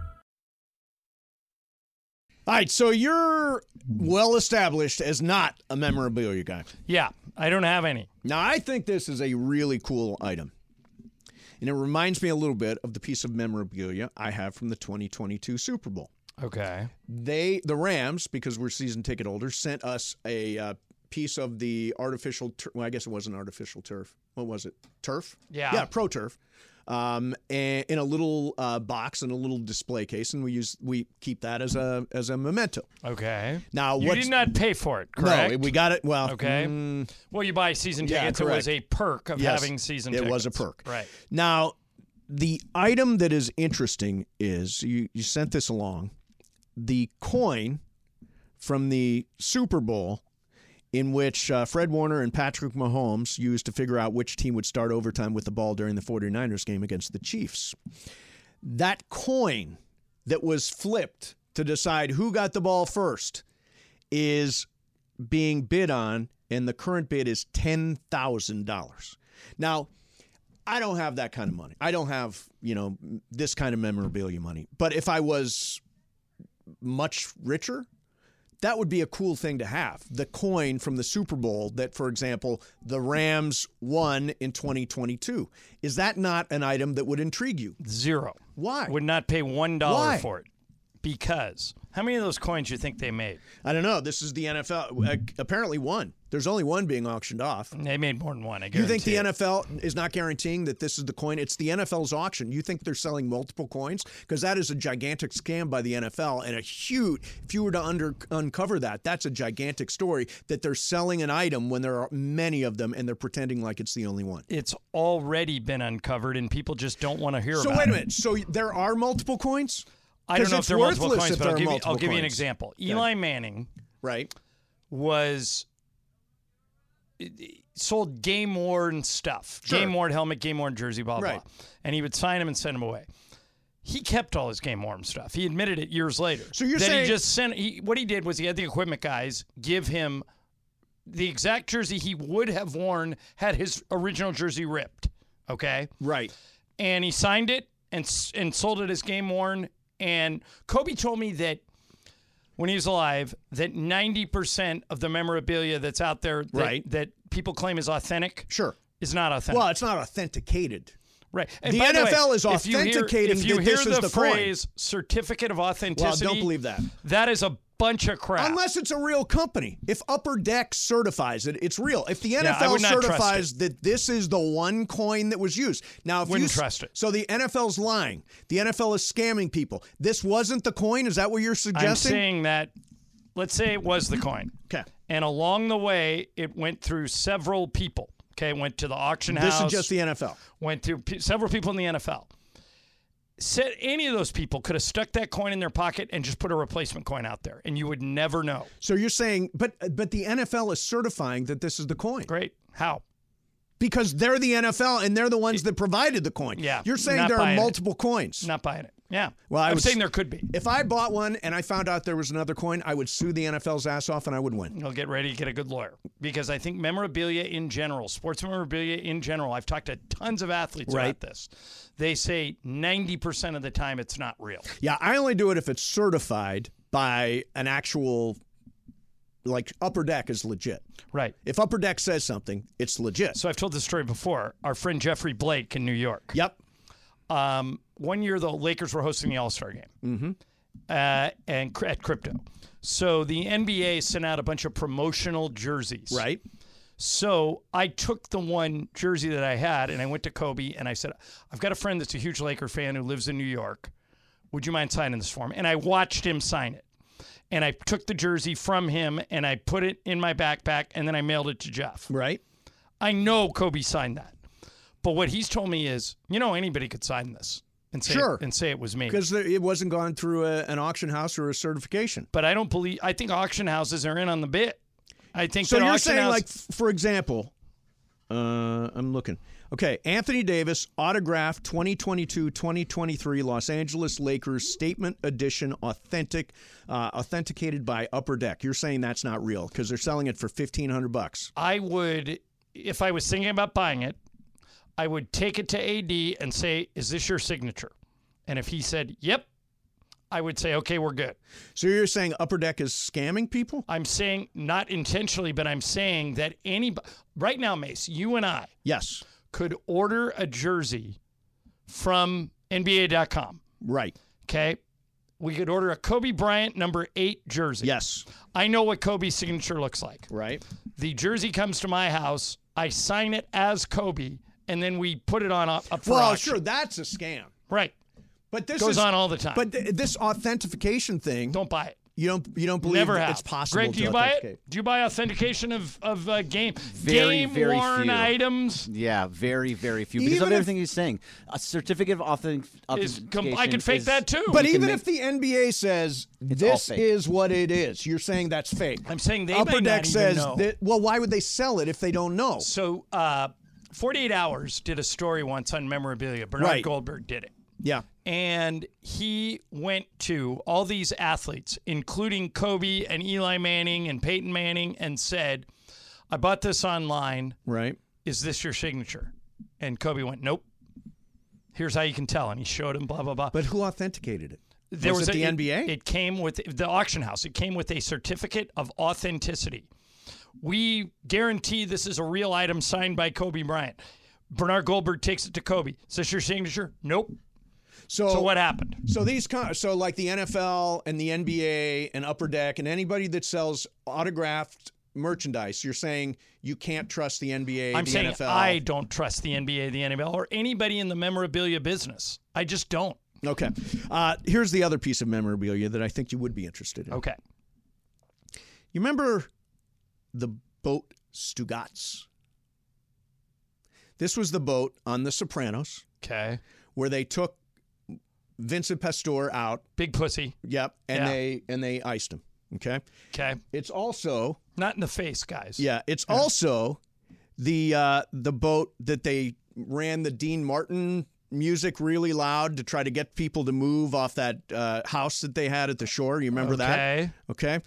All right, so you're well established as not a memorabilia guy.
Yeah, I don't have any.
Now, I think this is a really cool item. And it reminds me a little bit of the piece of memorabilia I have from the 2022 Super Bowl.
Okay.
They, the Rams, because we're season ticket holders, sent us a uh, piece of the artificial. Tur- well, I guess it wasn't artificial turf. What was it? Turf.
Yeah.
Yeah, pro turf um, and in a little uh, box in a little display case, and we use we keep that as a as a memento.
Okay.
Now
you did not pay for it, correct?
No, we got it. Well,
okay. Mm, well, you buy season tickets. Yeah, it was a perk of yes, having season.
It
tickets.
was a perk.
Right.
Now, the item that is interesting is you you sent this along, the coin from the Super Bowl in which uh, Fred Warner and Patrick Mahomes used to figure out which team would start overtime with the ball during the 49ers game against the Chiefs. That coin that was flipped to decide who got the ball first is being bid on, and the current bid is $10,000. Now, I don't have that kind of money. I don't have, you know, this kind of memorabilia money. But if I was much richer, that would be a cool thing to have. The coin from the Super Bowl that, for example, the Rams won in 2022. Is that not an item that would intrigue you?
Zero.
Why?
Would not pay one dollar for it. Because how many of those coins you think they made?
I don't know. This is the NFL. Uh, Apparently, one. There's only one being auctioned off.
They made more than one. I
you think the
it.
NFL is not guaranteeing that this is the coin? It's the NFL's auction. You think they're selling multiple coins? Because that is a gigantic scam by the NFL and a huge. If you were to under, uncover that, that's a gigantic story that they're selling an item when there are many of them and they're pretending like it's the only one.
It's already been uncovered and people just don't want to hear
so
about
it. So wait a minute. So there are multiple coins.
I don't know if
it's
they're multiple
worthless
coins,
if
but
there
I'll,
are
give you,
multiple
I'll give you an
coins.
example.
Yeah.
Eli Manning
Right.
was sold game worn stuff,
Sure.
game worn helmet, game worn jersey, blah blah.
Right.
And he would sign him and send him away. He kept all his game worn stuff. He admitted it years later.
So you're
that
saying-
he just sent. He, what he did was he had the equipment guys give him the exact jersey he would have worn had his original jersey ripped. Okay.
Right.
and he signed it and s- and sold it as game worn. And Kobe told me that when he was alive, that ninety percent of the memorabilia that's out there that,
Right.
that people claim is authentic,
Sure.
is not authentic.
Well, it's not authenticated.
right. And
the
by way,
NFL is
if you hear-
authenticating
If you
that
hear
this
the,
is the coin.
phrase "certificate of authenticity,"
Well, don't believe that.
That is a bunch of crap.
Unless it's a real company. If Upper Deck certifies it, it's real. If the
Yeah, I
NFL
would not trust
certifies that this is the one coin that was used. Now, if you
Wouldn't
s-
trust it.
So the NFL's lying. The NFL is scamming people. This wasn't the coin? Is that what you're
I'm
suggesting?
saying that. Let's say it was the coin.
Okay.
And along the way, it went through several people. Okay, it went to the auction
this is
house.
just the NFL.
went through pe- several people in the NFL. Said any of those people could have stuck that coin in their pocket and just put a replacement coin out there, and you would never know.
So you're saying but but the NFL is certifying that this is the coin.
Great. How?
Because they're the NFL and they're the ones that provided the coin.
Yeah,
You're saying
not
there
buying
are
it.
multiple coins.
Not buying it. Yeah.
Well, I
I'm
was-
saying there could be.
If I bought one and I found out there was another coin, I would sue the NFL's ass off and I would win.
I'll get ready to get a good lawyer because I think memorabilia in general, sports memorabilia in general, I've talked to tons of athletes
Right.
about this. They say 90% of the time it's not real.
Yeah, I only do it if it's certified by an actual like upper deck is legit.
Right.
If upper deck says something, it's legit.
So I've told this story before. Our friend Jeffrey Blake in New York.
Yep.
Um, one year the Lakers were hosting the All Star game
Mm-hmm.
uh, and cr- at crypto. So the NBA sent out a bunch of promotional jerseys.
Right.
So I took the one jersey that I had and I went to Kobe and I said, I've got a friend that's a huge Laker fan who lives in New York. Would you mind signing this for me? And I watched him sign it. And I took the jersey from him and I put it in my backpack and then I mailed it to Jeff.
Right.
I know Kobe signed that. But what he's told me is, you know, anybody could sign this and say,
Sure.
and say it was me.
Because it wasn't gone through a, an auction house or a certification.
But I don't believe. I think auction houses are in on the bit. I think
so
that
you're
auction
saying,
house-
like, f- for example, uh, I'm looking. Okay, Anthony Davis, autograph 2022-2023 Los Angeles Lakers Statement Edition, authentic, uh, authenticated by Upper Deck. You're saying that's not real because they're selling it for 1500 bucks.
I would, if I was thinking about buying it, I would take it to AD and say, "Is this your signature?" And if he said, "Yep," I would say, "Okay, we're good."
So you're saying Upper Deck is scamming people?
I'm saying not intentionally, but I'm saying that anybody right now, Mace, you and I,
yes,
could order a jersey from NBA.com.
Right.
Okay. We could order a Kobe Bryant number eight jersey.
Yes.
I know what Kobe's signature looks like.
Right.
The jersey comes to my house. I sign it as Kobe, and then we put it on up, up for
well,
auction.
sure, that's a scam.
Right.
But this
Goes
is,
on all the time.
But th- this authentification thing,
don't buy it.
You don't. You don't believe
Never
that
have.
it's possible.
Greg, do
to
you buy
authenticate.
it? Do you buy authentication of of uh, game
Very,
game
very
worn
few.
items?
Yeah, very, very few. Because of
Even if-
everything he's saying, a certificate of authentic-
Is
authentication.
com- I could fake
is-
that too.
you
But
can
even
make-
if the NBA says
It's all
this
fake.
is what it is, you're saying that's fake.
I'm saying they may
Upper
not
Deck
even
says
know.
that. Well, why would they sell it if they don't know?
So, uh, 48 Hours did a story once on memorabilia. Bernard
Right.
Goldberg did it.
Yeah.
And he went to all these athletes, including Kobe and Eli Manning and Peyton Manning, and said, I bought this online.
Right.
Is this your signature? And Kobe went, Nope. Here's how you can tell. And he showed him, blah, blah, blah.
But who authenticated it?
There was,
it the
a-
NBA.
It, it came with the auction house. It came with a certificate of authenticity. We guarantee this is a real item signed by Kobe Bryant. Bernard Goldberg takes it to Kobe. Is this your signature? Nope.
So,
So what happened?
So these, co- so like the NFL and the NBA and Upper Deck and anybody that sells autographed merchandise, you're saying you can't trust the NBA.
I'm
the
saying
NFL.
I don't trust the NBA, the NFL, or anybody in the memorabilia business. I just don't.
Okay. Uh, here's the other piece of memorabilia that I think you would be interested in.
Okay.
You remember the boat Stugatz? This was the boat on The Sopranos
Okay.
where they took Vincent Pastor out.
Big pussy.
Yep, and
Yeah.
they and they iced him. Okay.
Okay.
It's also
Not in the face, guys.
yeah. It's also the uh, the boat that they ran the Dean Martin music really loud to try to get people to move off that uh, house that they had at the shore. You remember
Okay.
that? Okay.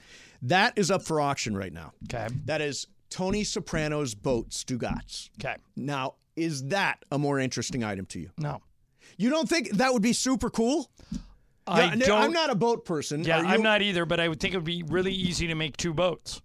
That is up for auction right now.
Okay.
That is Tony Soprano's boat Stugatz.
Okay.
Now, is that a more interesting item to you?
No.
You don't think that would be super cool?
I
Yeah,
don't-
I'm not a boat person.
Yeah,
Are you-
I'm not either, but I would think it would be really easy to make two boats.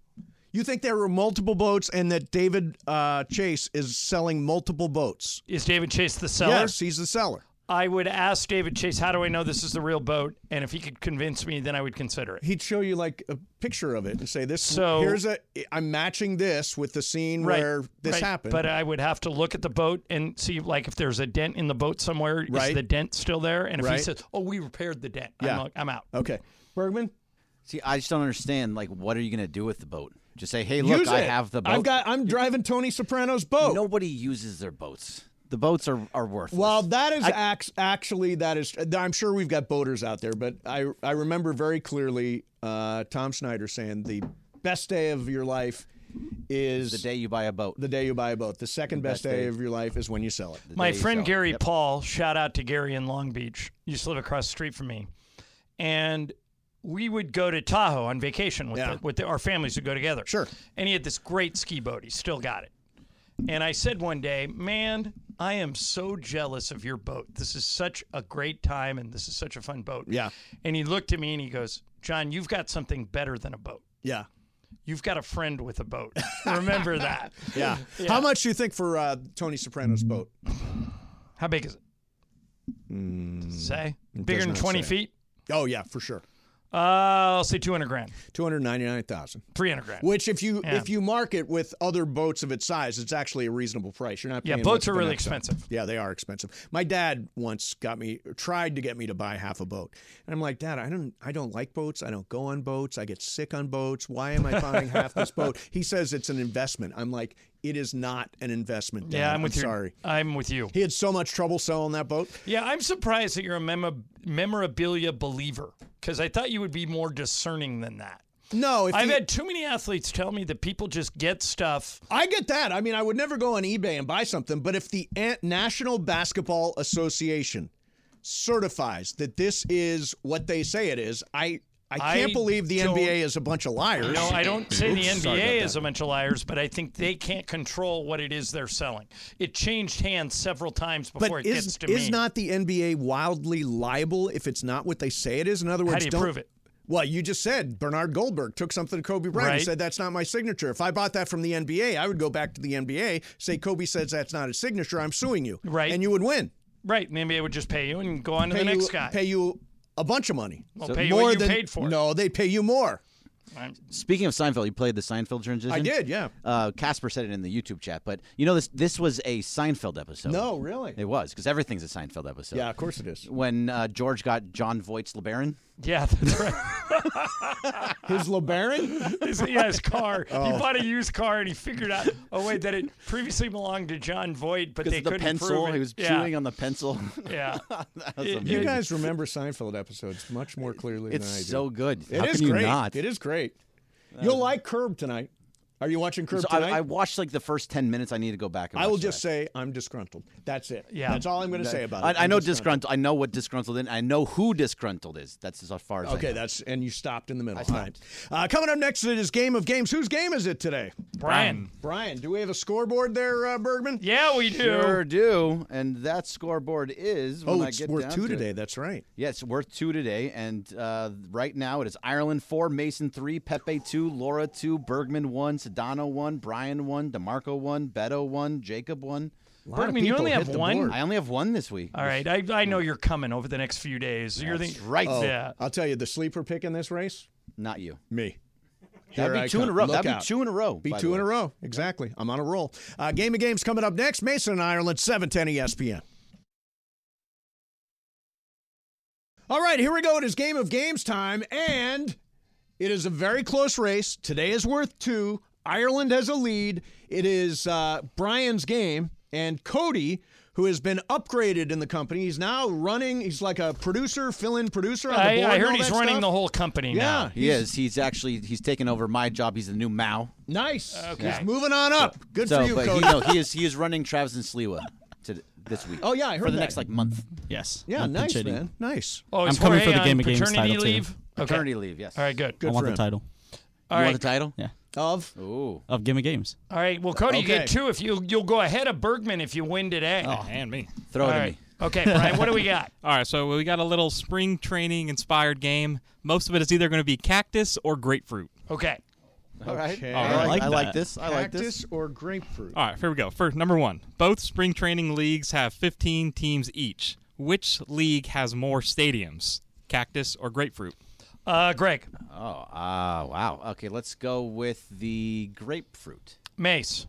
You think there were multiple boats and that David uh, Chase is selling multiple boats?
Is David Chase the seller?
Yes, he's the seller.
I would ask David Chase, how do I know this is the real boat? And if he could convince me, then I would consider it.
He'd show you like a picture of it and say, "This
So-
here's a I'm matching this with the scene where this
right.
happened."
But uh, I would have to look at the boat and see, like, if there's a dent in the boat somewhere.
Right.
Is the dent still there? And if he
Right.
says, oh, we repaired the dent,
Yeah.
I'm, like, I'm out.
okay, Bergman.
See, I just don't understand. Like, what are you going to do with the boat? Just say, hey, look,
Use
I
it.
have the boat.
I've got. I'm driving Tony Soprano's boat.
Nobody uses their boats. The boats are, are worthless.
Well, that is
I-
ax- actually that is. I'm sure we've got boaters out there, but I I remember very clearly uh, Tom Snyder saying the best day of your life is
the day you buy a boat.
the day you buy a boat. The second best,
best
day,
day.
of your life is when you sell it.
My
day you
friend
sell it.
Gary Paul, shout out to Gary in Long Beach, used to live across the street from me. And we would go to Tahoe on vacation with,
Yeah.
the, with the, our families would go together.
Sure.
And he had this great ski boat. He still got it. And I said one day, man, I am so jealous of your boat. This is such a great time and this is such a fun boat.
Yeah.
And he looked at me and he goes, John, you've got something better than a boat.
Yeah.
You've got a friend with a boat. Remember that.
Yeah.
Yeah.
How much do you think for uh, Tony Soprano's boat?
How big is it?
Hmm.
Does it say bigger than twenty feet?
Oh yeah, for sure.
Uh, I'll say two hundred grand.
Two hundred ninety-nine thousand.
Three hundred grand.
Which, if you
Yeah.
if you mark it with other boats of its size, it's actually a reasonable price. You're not.
Yeah,
paying
boats
much
are
for an
really
outside.
expensive.
Yeah, they are expensive. My dad once got me tried to get me to buy half a boat, and I'm like, Dad, I don't I don't like boats. I don't go on boats. I get sick on boats. Why am I buying half this boat? He says it's an investment. I'm like, it is not an investment. Dad.
Yeah, I'm with you.
Sorry,
I'm with you.
He had so much trouble selling that boat.
Yeah, I'm surprised that you're a memo- memorabilia believer because I thought you would be more discerning than that.
No, if
I've
he-
had too many athletes tell me that people just get stuff.
I get that. I mean, I would never go on eBay and buy something, but if the An- National Basketball Association certifies that this is what they say it is, I I can't
I
believe the
don't-
NBA is a bunch of liars.
No, I don't say the
Oops, sorry
NBA
about
is a bunch of liars, but I think they can't control what it is they're selling. It changed hands several times
that.
before
But
it
is,
gets to
is
me.
not the NBA wildly liable if it's not what they say it is? In other
How
words,
do you
not
prove it?
Well, you just said Bernard Goldberg took something to Kobe Bryant and
Right.
said that's not my signature. If I bought that from the NBA, I would go back to the NBA, say Kobe says that's not his signature, I'm suing you. Right. And you would win.
right, and the NBA would just pay you and go on to
pay
the next
you,
guy.
Pay you a bunch of money.
Well, So- pay you what you paid for it.
No, they pay you more.
Speaking of Seinfeld, you played the Seinfeld transition.
I did, yeah.
Uh, Casper said it in the YouTube chat, but you know this. This was a Seinfeld episode.
No, really?
It was because everything's a Seinfeld episode.
Yeah, of course it is.
When uh, George got John Voight's LeBaron.
Yeah, that's right.
His LeBaron?
his, yeah, his car. He
Oh.
bought a used car and he figured out, oh, wait, that it previously belonged to John Voight, but
Because
they
of the
couldn't
pencil,
prove it.
he was
yeah.
chewing on the pencil.
Yeah.
was
It-
amazing.
You guys remember Seinfeld episodes much more clearly
It's
than I do.
so good.
It
How
is
can you
great.
not?
It is great. You'll like Curb tonight. Are you watching Curb
So I,
tonight?
I watched like the first ten minutes. I need to go back. and
I will
watch
just
that.
say I'm disgruntled. That's it. That's all I'm going to
That-
say about it.
I, I
I'm
know disgruntled. I know what disgruntled is. I know who disgruntled is. That's as far as I
Okay,
know.
that's and you stopped in the middle. All right. Uh, coming up next it is game of games. Whose game is it today?
Brian.
Brian, do we have a scoreboard there, uh, Bergman?
Yeah, we
Sure do. And that scoreboard is. When
Oh,
I
it's
get
worth
down
two
to it.
today. That's right.
Yeah, it's worth two today. And uh, right now it is Ireland four, Mason three, Pepe two, Laura two, Bergman one, Sedano one, Brian one, DeMarco one, Beto one, Jacob one.
lot of Bergman, you people only hit have the one? board.
I only have one this week.
All right, I, I know you're coming over the next few days. you're the,
That's right.
Oh,
Yeah.
I'll tell you, the sleeper pick in this race,
Not you.
me.
That'd
Here
be
I
two in
come.
a row.
Look
That'd be
out.
two in a row,
Be
by the
two
way.
in a row. Exactly. I'm on a roll. Uh, game of games coming up next. Mason and Ireland, E 710 ESPN. All right, here we go. It is game of games time, and it is a very close race. Today is worth two. Ireland has a lead. It is uh, Brian's game, and Cody, who has been upgraded in the company, he's now running. He's like a producer, fill-in producer on the
I,
board.
I
and
heard
all
he's
that
running
stuff.
the whole company now.
he is. He's actually he's taken over my job. He's the new Mao.
Nice.
Okay.
He's moving on up. Good
so,
for you,
but
Cody.
He, no, he is he is running Travis and Sliwa to this week.
Oh, yeah, I
for
heard
the
that.
next like month.
Yes.
yeah, nice man. Nice.
Oh,
I'm
is
coming
Jorge
for the
on
Game of Games
paternity
title, too.
leave? Okay.
Paternity leave, yes.
All right, good.
I
Good for
want the
him.
title.
All
you
right.
want the title?
Yeah.
Of
Ooh.
Of Game of Games.
All right. Well, Cody, you
Okay.
get two if you you'll go ahead of Bergman if you win today.
Oh, and me.
Throw
All right. Okay, Brian, what do we got?
All right, so we got a little spring training inspired game. Most of it is either going to be cactus or grapefruit.
Okay.
All right.
Okay.
All right. I like
I like
that.
this. I like this.
Cactus or grapefruit?
All right, here we go. First, number one. Both spring training leagues have 15 teams each. Which league has more stadiums, cactus or grapefruit?
Uh, Greg,
Oh, ah, wow. Okay, let's go with the grapefruit.
Mace,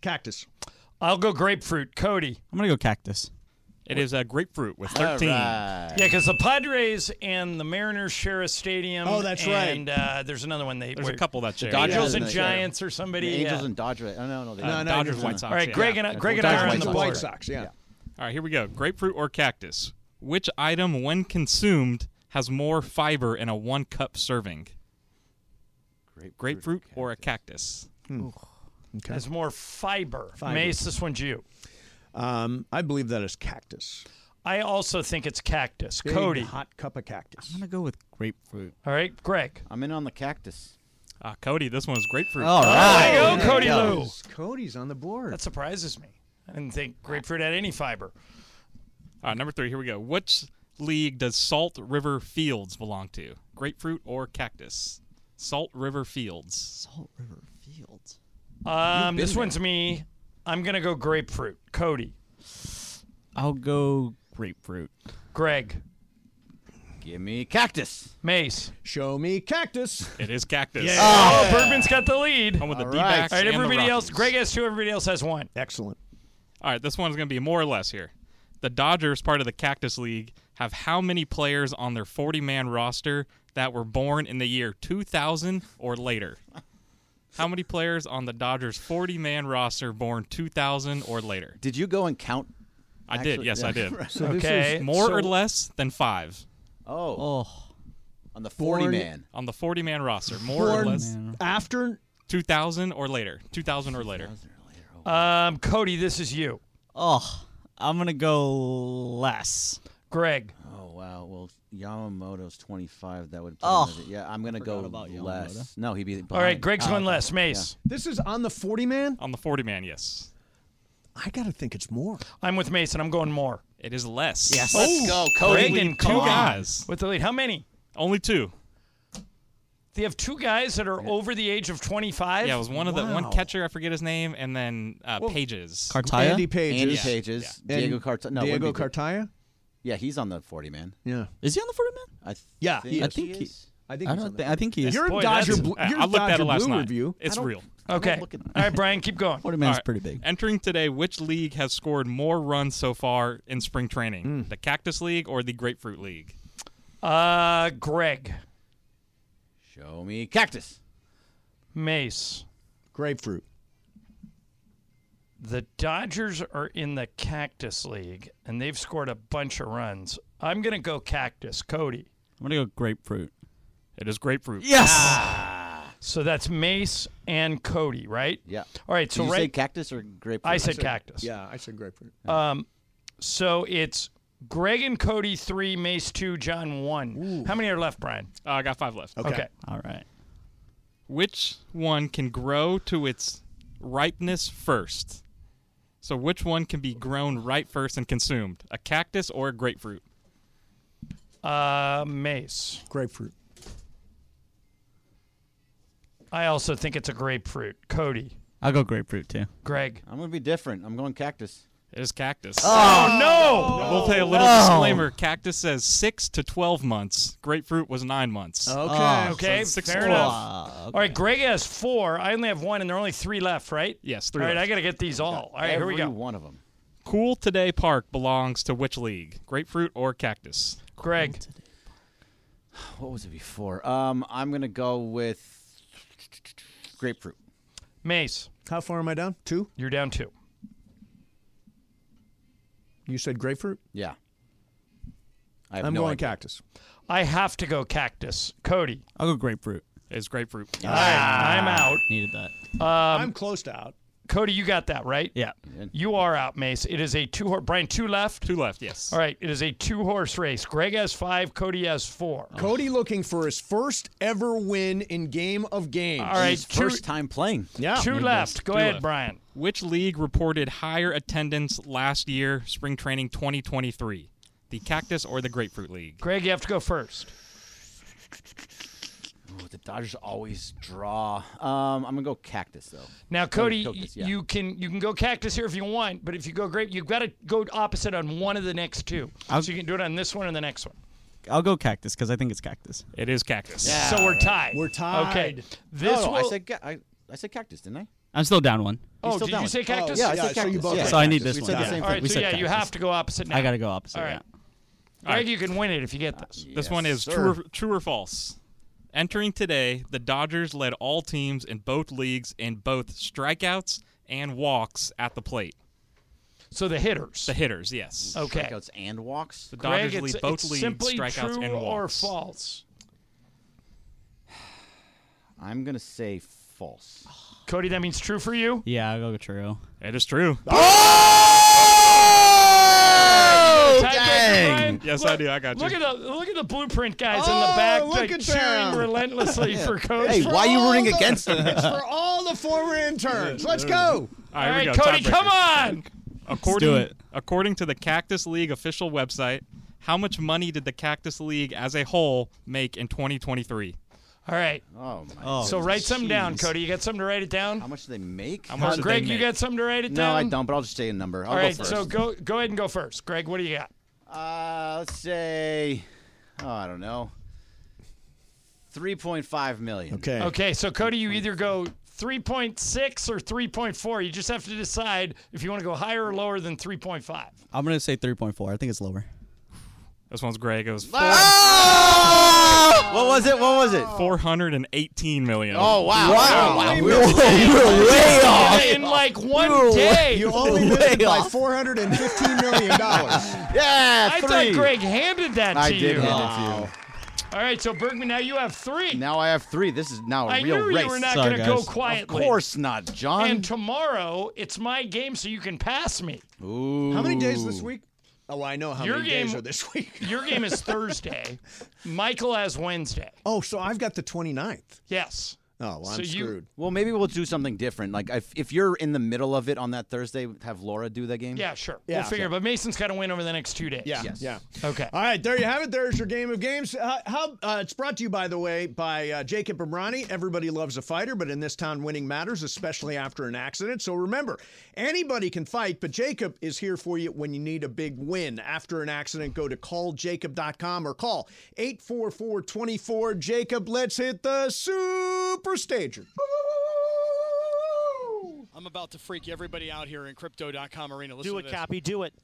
Cactus.
I'll go grapefruit. Cody.
I'm going to go cactus. It is a grapefruit with 13.
Yeah, because the Padres and the Mariners share a stadium.
Oh, that's right.
and, uh, there's another one they.
There's
where-
a couple that share.
Angels
Yeah,
and
they-
Giants or somebody.
The Angels
yeah.
and Dodgers. Oh, no, no. They
Uh,
don't.
Dodgers, White Sox.
All right,
yeah.
Greg and I, Greg and I are on the
The
board.
White Sox, yeah.
All right, here we go. Grapefruit or cactus? Which item, when consumed, has more fiber in a one cup serving?
Grapefruit,
Grapefruit or a cactus?
Okay.
Has more fiber.
Fiber.
Mace, this one's you.
Um, I believe that is cactus.
I also think it's cactus.
Big,
Cody.
Hot cup of cactus.
I'm going to go with grapefruit.
All right, Greg.
I'm in on the cactus.
Uh, Cody, this one's grapefruit. Oh,
All right.
Oh, There you go, Cody
go.
Lou.
Cody's on the board.
That surprises me. I didn't think grapefruit had any fiber.
All right, number three, here we go. Which league does Salt River Fields belong to? Grapefruit or cactus? Salt River Fields.
Salt River Fields.
Um,
been
this one's me. I'm gonna go grapefruit. Cody.
I'll go grapefruit.
Greg.
Give me cactus.
Mace.
Show me cactus.
It is cactus. Ah,
Yeah. Oh, Bergman's got the lead.
I'm with
All
the D-backs
All right,
and the
everybody else.
Rockies.
Greg has two. Everybody else has one.
Excellent.
All right, this one's going to be more or less here. The Dodgers, part of the Cactus League, have how many players on their 40 man roster that were born in the year 2000 or later? How many players on the Dodgers 40 man roster born 2000 or later?
Did you go and count?
I did.
actually?
Yes,
Yeah.
I did.
So this
okay.
is-
more or
so-
less than five.
Oh. On the 40
Born-
man.
On the 40 man roster. More or
Born
less.
After
2000 or later. 2000 or later.
oh.
Um, Cody, this is you.
Oh, I'm gonna go less.
Greg.
Oh, wow. Well, Yamamoto's 25. That would.
Oh.
put him at- Yeah, I'm going to go
about Yamamoto.
less. No, he'd be. Behind.
All right, Greg's
Oh,
going
okay.
less. Mace.
This is on the 40 man?
On the 40 man, yes.
I got to think it's more.
I'm with Mason. I'm going more.
It is less.
Yes. Let's go, Cody.
Greg and
Two
Oh, come on.
guys.
With the lead. How many?
Only two.
They have two guys that are over the age of 25.
Yeah, it was one of the one catcher. I forget his name, and then uh,
Well,
Pages.
Cartaya?
Andy Pages.
Andy
Yeah.
Pages.
Yeah.
Diego
And
Cartaya. No,
Diego
wouldn't be-
Cartaya?
Yeah, he's on the 40 man.
Yeah.
Is he on the 40 man?
I th-
Yeah, he
think
is.
I think he.
is.
I
I don't. Think, I think he is.
You're
Boy,
a Dodger,
that's-
blue,
I-
you're
I
a
looked at
Dodger
it last
Blue
night.
review.
It's real.
Okay.
looking
All right, Brian, keep going.
40 man's
All right.
pretty big.
Entering today, which league has scored more runs so far in spring training?
Hmm.
The Cactus League or the Grapefruit League?
Uh, Greg,
Show me cactus.
Mace,
Grapefruit.
the Dodgers are in the Cactus League, and they've scored a bunch of runs. I'm going to go Cactus, Cody.
I'm gonna go grapefruit.
It is Grapefruit.
Yes.
Ah,
Ah.
So that's Mace and Cody, right?
Yeah.
All right,
Did
so
you
right.
say cactus or grapefruit?
I said Cactus.
Yeah, I said grapefruit.
Um, so it's Greg and Cody three, Mace two, John one. How many are left, Brian?
Uh, I got five left.
Okay.
All right.
Which one can grow to its ripeness first? So, which one can be grown ripe first and consumed? A cactus or a grapefruit?
Uh, Mace.
Grapefruit.
I also think it's a grapefruit. Cody,
I'll go grapefruit too.
Greg.
I'm going to be different. I'm going cactus. Oh.
It is cactus.
Oh no! Oh.
We'll play a little
No.
disclaimer. Cactus says six to twelve months. Grapefruit was nine months.
Okay.
Okay,
So six
fair
to
enough.
Uh,
All right, Greg has four. I only have one, and there are only three left, right?
Yes, three
All right,
left.
I got to get these all. All right, here
Every
we go.
one of them.
Cool Today Park belongs to which league? Grapefruit or cactus?
Greg,
What was it before? Um, I'm going to go with grapefruit.
Mace,
How far am I down? Two?
you're down two.
You said grapefruit?
Yeah. I have
I'm
no
going
idea.
cactus.
I have to go cactus. Cody,
I'll go grapefruit.
Is grapefruit.
Ah.
all right, I'm out. Um,
Needed that.
I'm close to out.
Cody, you got that right.
Yeah.
You are out, Mace. It is a two horse. Brian, two left.
Two left. Yes.
All right, it is a two horse race. Greg has five. Cody has four.
Oh.
Cody looking for his first ever win in game of games.
All right,
His
two,
first time playing.
Yeah.
two left. Go
Two
ahead,
left.
Brian.
Which league reported higher attendance last year, spring training 2023? The Cactus or the Grapefruit League?
Greg, you have to go first.
Ooh, the Dodgers always draw. Um, I'm going to go cactus, though.
Now, Cody,
Cactus,
y-
yeah.
you can you can go cactus here if you want, but if you go grape, you've got to go opposite on one of the next 2 so you can do it on this one and the next one.
I'll go cactus because I think it's cactus.
It is cactus.
so we're tied.
We're
Okay.
tied.
This
no, no,
will.
I said ca- I, I said cactus, didn't I?
I'm still down one.
oh,
still
did
down
you
with
say
it.
cactus?
Yeah, I said
yeah, so you
cactus.
both
yeah.
said
So I need this
we
one.
Said the
Yeah.
same
All
thing.
right.
We
so
said
yeah, you
cactus.
have to go opposite now.
I gotta go opposite.
All right.
yeah.
Greg, you can win it if you get this.
This one
Ah, Yes,
is
sir.
true or, true or false. Entering today, the Dodgers led all teams in both leagues in both strikeouts and walks at the plate.
So the hitters.
The hitters, yes.
okay.
Strikeouts and walks.
The
Greg,
Dodgers
it's,
lead both
it's
leagues
simply
strikeouts
true
and
or
walks.
false.
I'm going to say false.
Cody, that means true for you.
Yeah, I'll go true.
It is true.
Oh,
Yes, I do. I got
Look
you.
at the look at the blueprint guys in the back
Oh,
like,
look at
cheering
them.
relentlessly for Cody.
Hey, why are you rooting
All the-
against him?
It's for all the former interns. Let's go.
All
All
right,
right,
here we go.
Cody,
Tiebreaker.
come on.
According,
do it.
according to the Cactus League official website, how much money did the Cactus League as a whole make in 2023?
All right.
Oh, my
So write something down,
Jeez.
Cody. You got something to write it down? How
much do they make?
How much did they Greg, you make? got something to write it
No, I
down?
don't. But I'll just say a number. I'll
All
go
right.
first.
So go go ahead and go first, Greg. What do you got?
Uh, let's say, oh, I don't know, three point five million.
Okay.
Okay. So Cody, you either go 3.6 or 3.4. You just have to decide if you want to go higher or lower than 3.5.
I'm gonna say 3.4. I think it's lower.
This one's Greg. It was four,
What was it? What was it?
418 million.
Oh, wow. Wow. Wow.
We were-
we were way off.
In like one
We were way-
day.
you only missed it by Way off.
four hundred and fifteen million dollars.
Yeah,
I
three.
thought Greg handed that
I
to
did
you.
hand it to
All right, so Bergman, now you have three.
you. Now I have three. This is now Oh, a
I
real
knew
race.
you were not going to go quietly.
Of course not, John.
And tomorrow it's my game, so you can pass me.
Ooh.
How many days this week? Oh, I know how
Your
many days
game-
are this week.
Your game is Thursday. Michael has Wednesday.
Oh, so I've got the 29th.
Yes.
Oh, well,
So
I'm
you-
screwed.
Well, maybe we'll do something different. Like if, if you're in the middle of it on that Thursday, have Laura do that game.
Yeah, sure. We'll figure. it But Mason's got to win over the next two days.
Yeah,
Yes.
yeah.
Okay.
All right, there you have it. There's your game of games. Uh, how uh, it's brought to you, by the way, by uh, Jacob Imrani. Everybody loves a fighter, but in this town, winning matters, especially after an accident. So remember, anybody can fight, but Jacob is here for you when you need a big win after an accident. Go to calljacob.com or call 844-24 Jacob. Let's hit the super stager.
I'm about to freak everybody out here in Crypto.com arena. Listen
Do
to
it,
this.
Cappy. Do it.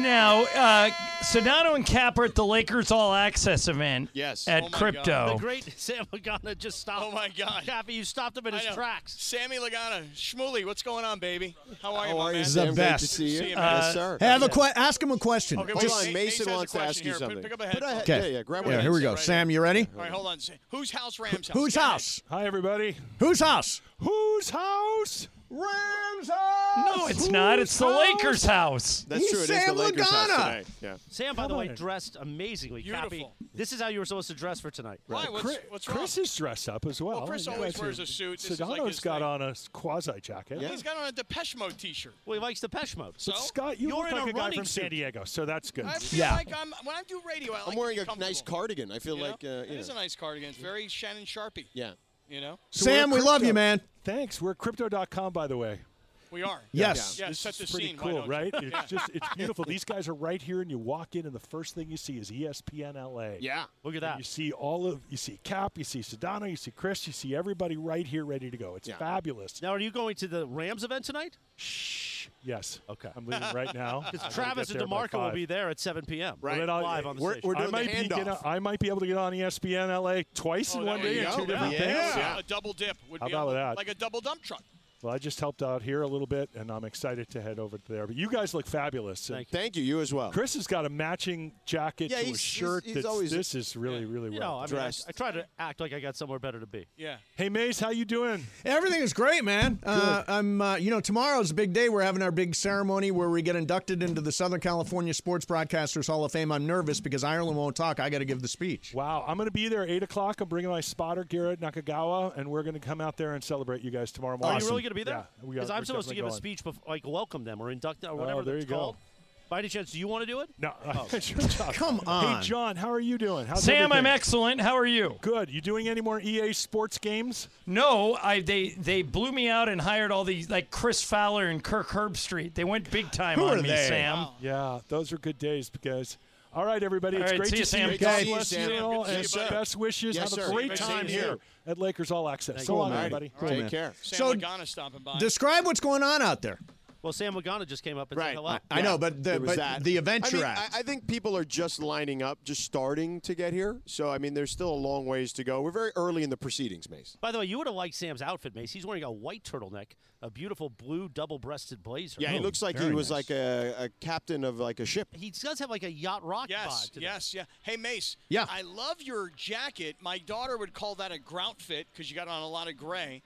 Now, uh, Sedano and Cap are at the Lakers All Access event.
Yes.
At
Oh my
Crypto.
The great Sam Lagana just stopped.
Oh my God.
Cappy, you stopped him in his
I know.
tracks.
Sammy Lagana, Shmuley, what's going on, baby? How are you,
How
my
are you,
man?
Sam? Great to see you. Yes, sir.
Have a que- ask him a question.
Okay,
Just-
wait,
Hold on, Mason
has a
wants to ask
question
you
here. Put-
something.
Pick up a
Put a
headphone.
head-
Okay.
Yeah, yeah, grab
yeah,
one.
here we go.
Right
Sam,
here.
you ready?
All right, hold on. Sa- Whose house, Rams house?
Whose
Got it.
house?
Hi, everybody.
Whose house?
Whose house?
Rams house.
No, it's not. It's the Lakers' house.
That's true. It is the Lakers house tonight. Yeah.
Sam, by
Come
the way,
on.
dressed amazingly. Cappy,
Beautiful.
this is how you were supposed to dress for tonight.
Why? What's,
Chris,
what's wrong?
Chris is dressed up as well.
Well, Chris
Yeah,
always
it's
wears a suit. This is like
Sedano's
his
got
thing.
on a quasi jacket.
He's got on a Depeche Mode T-shirt.
Well, he likes the Peshmo.
So?
Scott, you
You're
look
in
like
a
a, guy
running
from
suit.
San Diego, so that's good.
I feel like I'm when I do radio. I
Oh
like
I'm
to
wearing
be
a nice
comfortable,
cardigan. I feel
you know?
like, uh,
It
yeah.
is a nice cardigan. It's very Shannon Sharpie.
Yeah.
You know,
So we're
Sam, we love
crypto.
you, man.
Thanks. We're crypto.com, by the way.
we are.
Yes.
Yeah.
this
set
is
the
pretty
scene. Why
cool,
don't you?
right?
Yeah.
It's just it's beautiful. These guys are right here, and you walk in, and the first thing you see is E ESPN LA.
Yeah.
Look at
And
that.
you see all of you see Cap, you see Sedano, you see Chris, you see everybody right here, ready to go. It's fabulous.
Now, are you going to the Rams event tonight?
Yes. Okay. I'm leaving right now. I
Because
gotta
Travis
get
and
there by
DeMarco will
five.
be there at 7 p.m.
Well, then I'll-
live on the
we're-
station.
we're doing I might be get on- I might be able to get on E ESPN LA twice in one
Oh, there
day
you
in
go.
two different
yeah.
things.
Yeah. A double dip would
How
be
about
a,
that?
like a double dump truck.
Well, I just helped out here a little bit, and I'm excited to head over there. But you guys look fabulous. and Thank you. You as well. Chris has got a matching jacket Yeah, to a he's- shirt. he's- he's that's, always- this is really, really
You
well
know, I, mean, I,
dressed.
I try to act like I got somewhere better to be.
Yeah.
Hey, Maze, how you doing?
Everything is great, man. Uh, I'm, uh, you know, tomorrow's a big day. We're having our big ceremony where we get inducted into the Southern California Sports Broadcasters Hall of Fame. I'm nervous because Ireland won't talk. I got to give the speech.
Wow, I'm going to be there at eight o'clock. I'm bringing my spotter Garrett Nakagawa, and we're going to come out there and celebrate you guys tomorrow
Are
morning.
you Oh, really going to be there?
Yeah, we
Because
are-
I'm
we're
supposed to give
definitely Oh,
a speech, before, like welcome them or induct them or whatever
there
it's
you go.
called. By any chance, do you want to do it? Oh.
No. Come
on.
Hey, John, how are you doing? How's
Sam, I'm
everything?
excellent. How are you?
Good. You doing any more EA sports games?
No, I they they blew me out and hired all these like Chris Fowler and Kirk Herbstreit. They went big time on me, Sam.
Yeah, those are good days because. All right, everybody.
All
It's
right,
great
see you,
to see
Sam.
you.
Good to
God
see you,
bless
Sam.
you all,
Good to
and
see you, bud.
best wishes.
Yes,
Have a
sir.
great
Same
time
here.
here at Lakers All Access.
Thank
So
you.
long,
Alrighty.
everybody.
Cool, Take man. care.
Sam
So-
Lagana stomping by.
Describe what's going on out there.
Well, Sam Lagana just came up and said hello.
I know, but the,
There was
but
that.
the Adventure
I mean,
Act.
I- I- I think people are just lining up, just starting to get here. So, I mean, there's still a long ways to go. We're very early in the proceedings, Mace.
By the way, you would have liked Sam's outfit, Mace. He's wearing a white turtleneck, a beautiful blue double-breasted blazer.
Oh,
Yeah, he looks like he
uh,
was like a, a captain of like a ship.
He does have like a yacht rock
Yes,
vibe. To that.
yes, yeah. Hey, Mace.
Yeah.
I love your jacket. My daughter would call that a grout fit because you got on a lot of gray,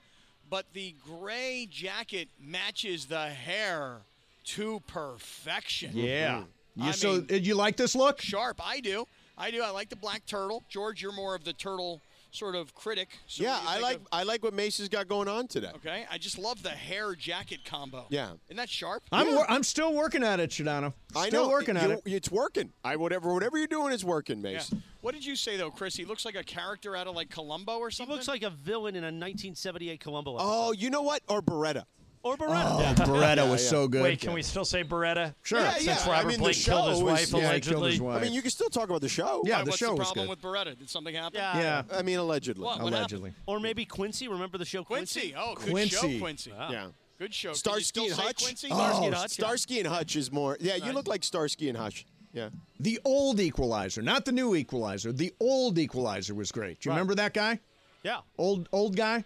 but the gray jacket matches the hair to perfection.
yeah. You,
I
so,
mean-
uh, you like this look?
Sharp. I do. I do. I like the black turtle. George, you're more of the turtle sort of critic. So what
yeah,
do you
I
think
like
of-
I like what Macy's got going on today.
okay, I just love the hair jacket combo.
Yeah.
Isn't that sharp?
I'm wor- I'm still working at it, Shadano. Still
I know
working at
You-
it.
It's working. I whatever whatever you're doing is working,
Yeah.
Mace.
What did you say though, Chris? He looks like a character out of like Columbo or something.
He looks like a villain in a 1978 Columbo.
Oh, you know what? Or Beretta.
Or Beretta.
Oh, Beretta was so good.
Wait, can we still say Beretta?
Yeah,
Since
yeah.
Robert
I mean,
Blake
the
killed his
show
wife
is-
yeah, he killed
allegedly.
his wife.
I mean, you can still talk about the show.
Yeah,
Why,
the
what's
show
the
was
problem
good.
with Beretta? Did something happen?
Yeah.
I mean, allegedly.
What- what
Allegedly.
Or maybe Quincy. Remember the show Quincy?
Quincy. Oh, good show, Quincy.
Yeah.
Good show. Can you still
Starsky and
say
Hutch.
Uh,
Quincy?
Starsky and
Oh,
Hutch. Starsky and Hutch is more. Yeah, you look like Starsky and Hutch. Yeah.
The old Equalizer, not the new Equalizer. The old Equalizer was great. Do you remember that guy?
Yeah.
Old old guy.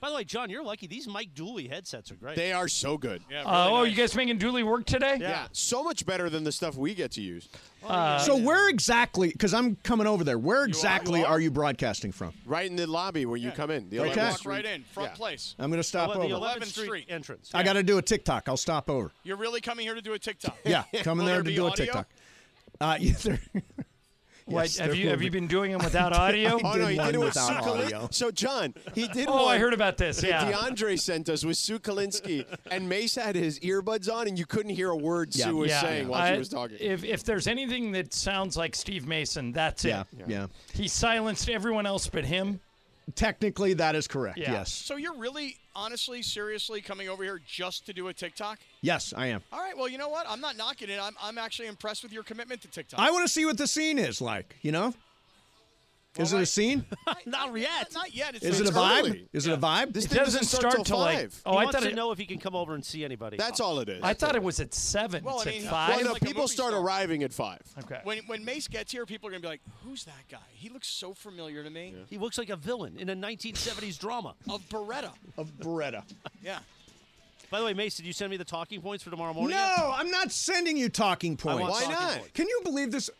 By the way, John, you're lucky. These Mike Dooley headsets are great.
They are so good.
oh, you guys making Dooley work today? Uh,
Yeah. So much better than the stuff we get to use.
Oh, so where exactly? Because I'm coming over there. Where exactly are you broadcasting from?
Right in the lobby where you come in. The
Okay.
eleventh
Walk
street.
Right in front
Yeah.
place.
I'm gonna stop
Well,
over.
the 11th
11th
Street,
Street.
entrance.
I got to do a TikTok. I'll stop over.
You're really coming here to do a TikTok?
Yeah, coming
Will
there to
be
do a
audio?
TikTok. Uh, yeah, there-
What,
Yes,
have
there
you have
will
you
be.
been doing them without
I
audio?
Oh,
did- I did one without
Sue Kalin-
audio.
So John, he did.
Oh, I
one
heard about this,
that
yeah.
DeAndre sent us with Sue Kalinsky, and Mace had his earbuds on, and you couldn't hear a word Sue was saying while
I-
she was talking.
If if there's anything that sounds like Steve Mason, that's
Yeah,
it.
yeah, yeah.
He silenced everyone else but him.
Technically, that is correct.
Yeah.
Yes,
So you're really, honestly, seriously coming over here just to do a TikTok?
yes, I am.
All right. Well, you know what? I'm not knocking it. I'm, I'm actually impressed with your commitment to TikTok.
I want to see what the scene is like. You know, is it a scene?
Not yet.
Not yet. It's
Is it a
it's
vibe?
early.
Is it a vibe?
This
It
thing
doesn't start till, like-
five.
Oh,
he
I
wants
thought
to
it-
know if he can come over and see anybody.
That's all it is.
I thought it was at seven.
Well,
it's
I
at
mean,
five.
well,
Well, no,
like a
people
movie
start
star.
arriving at five.
okay.
When, when Mace gets here, people are going to be like, who's that guy? He looks so familiar to me.
He looks like a villain in a 1970s drama.
Of Beretta.
Of Beretta.
Yeah.
By the way, Mace, did you send me the talking points for tomorrow morning? yet?
No, I'm not sending you talking
I
points.
want
Why
talking
not?
points.
Can you believe this?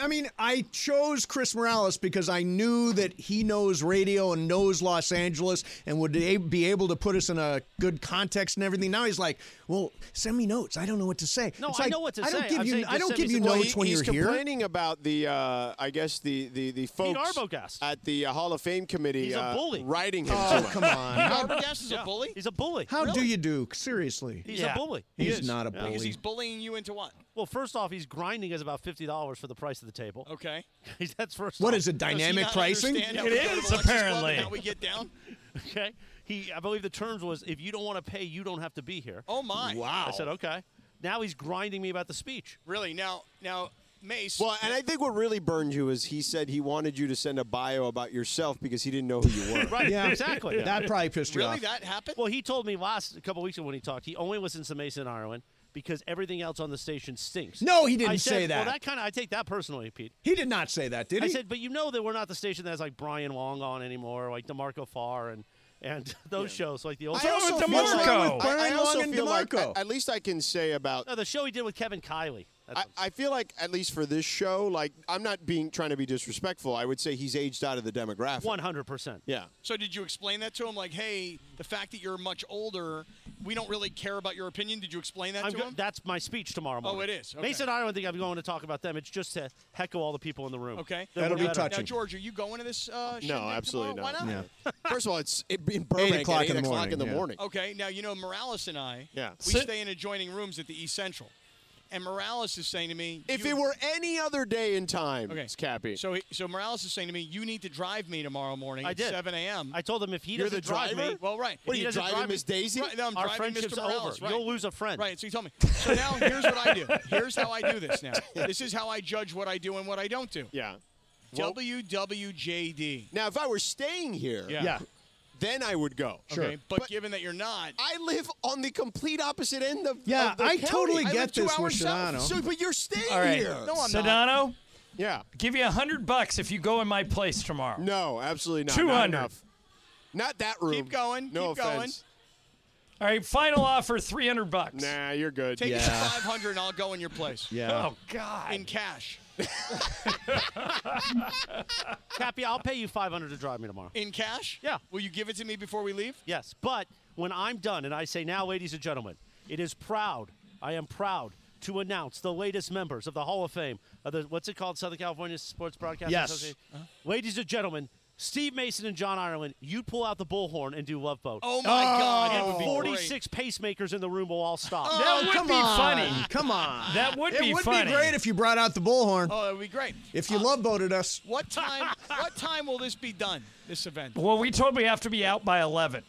I mean, I chose Chris Morales because I knew that he knows radio and knows Los Angeles and would a- be able to put us in a good context and everything. Now he's like, "Well, send me notes. I don't know what to say."
No,
It's
I
like,
know what to
I
say.
don't give
I'm saying
you. I
just
don't
send me
give
some
you
notes.
notes when
he's
you're here.
complaining about the, uh, I guess the the the folks
Arbogast.
at the uh, Hall of Fame committee
He's a
uh,
bully.
writing him.
Oh,
to
come on!
Arbogast is a bully?
He's a bully.
How
Really?
do you do? Seriously,
He's
Yeah.
a bully.
He He's is. not a
Yeah.
Because
bully.
he's bullying you into what?
Well, first off, he's grinding us about fifty dollars for the price of the table.
Okay.
That's first.
what
off.
is it?
Does he
Dynamic
not
pricing?
understand how
It
we go to the
is,
Lexus Club and
apparently.
How we get down?
Okay. He, I believe the terms was if you don't want to pay, you don't have to be here.
Oh, my.
I said okay. Now he's grinding me about the speech.
Really? Now, now, Mace.
Well, and I think what really burned you is he said he wanted you to send a bio about yourself because he didn't know who you were.
Right.
Yeah,
Exactly.
That probably pissed you
really,
off.
that happened?
Well, he told me last a couple weeks ago when he talked, he only listens to Mason Ireland because everything else on the station stinks.
No, he didn't
I
say
said,
that.
Well, that kind of I take that personally, Pete.
he did not say that, did
I
he?
said, but you know that we're not the station that has like Brian Long on anymore, like DeMarco Farr and and those shows, like the old.
I also
with
feel like-
DeMarco?
I- I
Brian
also
Long and
feel like-
DeMarco.
at- at least I can say about
no, the show he did with Kevin Kiley. That's
I,
what-
I feel like at least for this show, like I'm not being trying to be disrespectful. I would say he's aged out of the demographic.
100%.
Yeah.
So did you explain that to him? Like, hey, the fact that you're much older, we don't really care about your opinion. Did you explain that
I'm
to
go-
him?
that's my speech tomorrow morning.
it is? Okay.
Mason, I don't think I'm going to talk about them. It's just to heckle all the people in the room.
okay.
Then
That'll
we'll
be
get
touching.
Now, George, are you going to this? Uh, shindig
No, absolutely
tomorrow?
not.
Why not?
First of all, it's it, in Burbank
o'clock
at eight
in the
o'clock in the
morning, yeah.
morning.
Okay. Now you know Morales and I.
Yeah.
We
Sit-
stay in adjoining rooms at the East Central, and Morales is saying to me,
If
you-
it were any other day in time,
Okay.
it's Cappy.
so, he, so Morales is saying to me, you need to drive me tomorrow morning
I
at
did.
7 a.m.
I told him if he
You're
doesn't
the
drive
driver?
me,
well, right.
what are
he
you
doesn't
driving,
drive
Miss Daisy?
Right, no, I'm
our
driving
friendship's
Mr. Morales,
over.
right.
You'll lose a friend.
Right, so you told me. So now here's what I do. Here's how I do this now. This is how I judge what I do and what I don't do.
Yeah. Well-
WWJD.
Now, if I were staying here,
Yeah. Yeah.
then I would go.
Okay, but, given that you're not,
I live on the complete opposite end of.
Yeah,
of the
I
county.
totally
I
get
live two
this with
hours south.
Shadano.
So, but you're staying
All right.
here.
No, I'm not.
Sedano,
Yeah.
give you a hundred bucks if you go in my place tomorrow.
No, absolutely not.
200.
Not, enough. Not that room.
Keep going,
No
keep going.
offense.
All right, final offer, three hundred bucks.
Nah, you're good.
take us to
Yeah.
500 and I'll go in your place.
yeah.
Oh God.
In cash.
Cappy, I'll pay you 500 to drive me tomorrow.
In cash?
Yeah.
Will you give it to me before we leave?
Yes, but when I'm done and I say, now, ladies and gentlemen, it is proud, I am proud to announce the latest members of the Hall of Fame of the, what's it called, Southern California Sports Broadcasting
Yes.
Uh-huh.
Association? Ladies and gentlemen, Steve Mason and John Ireland, you'd pull out the bullhorn and do Love Boat.
Oh my God, that would
And
be
46 pacemakers in the room will all stop.
Oh, That would come be on. funny.
Come on.
That would
it
be
would
funny.
be great if you brought out the bullhorn.
Oh, that would be great.
If
Uh,
you love boated us.
What time? what time will this be done? This event.
Well, we told we have to be out by 11.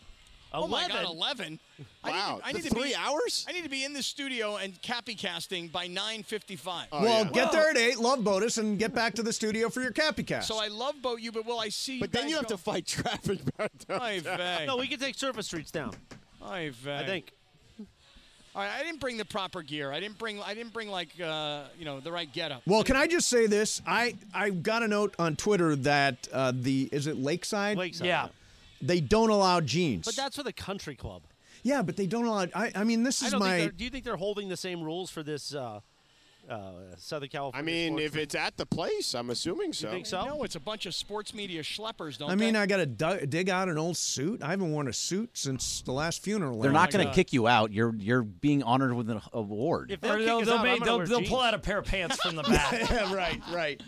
Oh my God, eleven!
Wow,
I need, to- I need
the
to
three
be,
hours?
I need to be in the studio and cappy casting by nine fifty-five.
oh,
well, get there at eight, love boat us, and get back to the studio for your cappy cast.
So I love boat you, but will I see?
But then you have
to
fight traffic back
I vey.
No, we can take surface streets down.
I
I think.
All right, I didn't bring the proper gear. I didn't bring. I didn't bring like uh, you know the right getup.
Well, can I just say this? I I got a note on Twitter that uh, the is it Lakeside?
Lakeside, Yeah. yeah.
They don't allow jeans.
But that's for the country club.
yeah, but they don't allow. I, I mean, this
I
is
don't think
my.
they're- do you think they're holding the same rules for this uh, uh, Southern California?
I
mean,
sports
if it's at the place, I'm assuming so.
think so?
No, it's a bunch of sports media schleppers. Don't
I mean,
they?
I got to dig out an old suit. I haven't worn a suit since the last funeral.
They're not going to kick you out. You're you're being honored with an award.
If
Or they'll, they'll, ma- they'll- they'll pull out a pair of pants from the back.
yeah, right, right.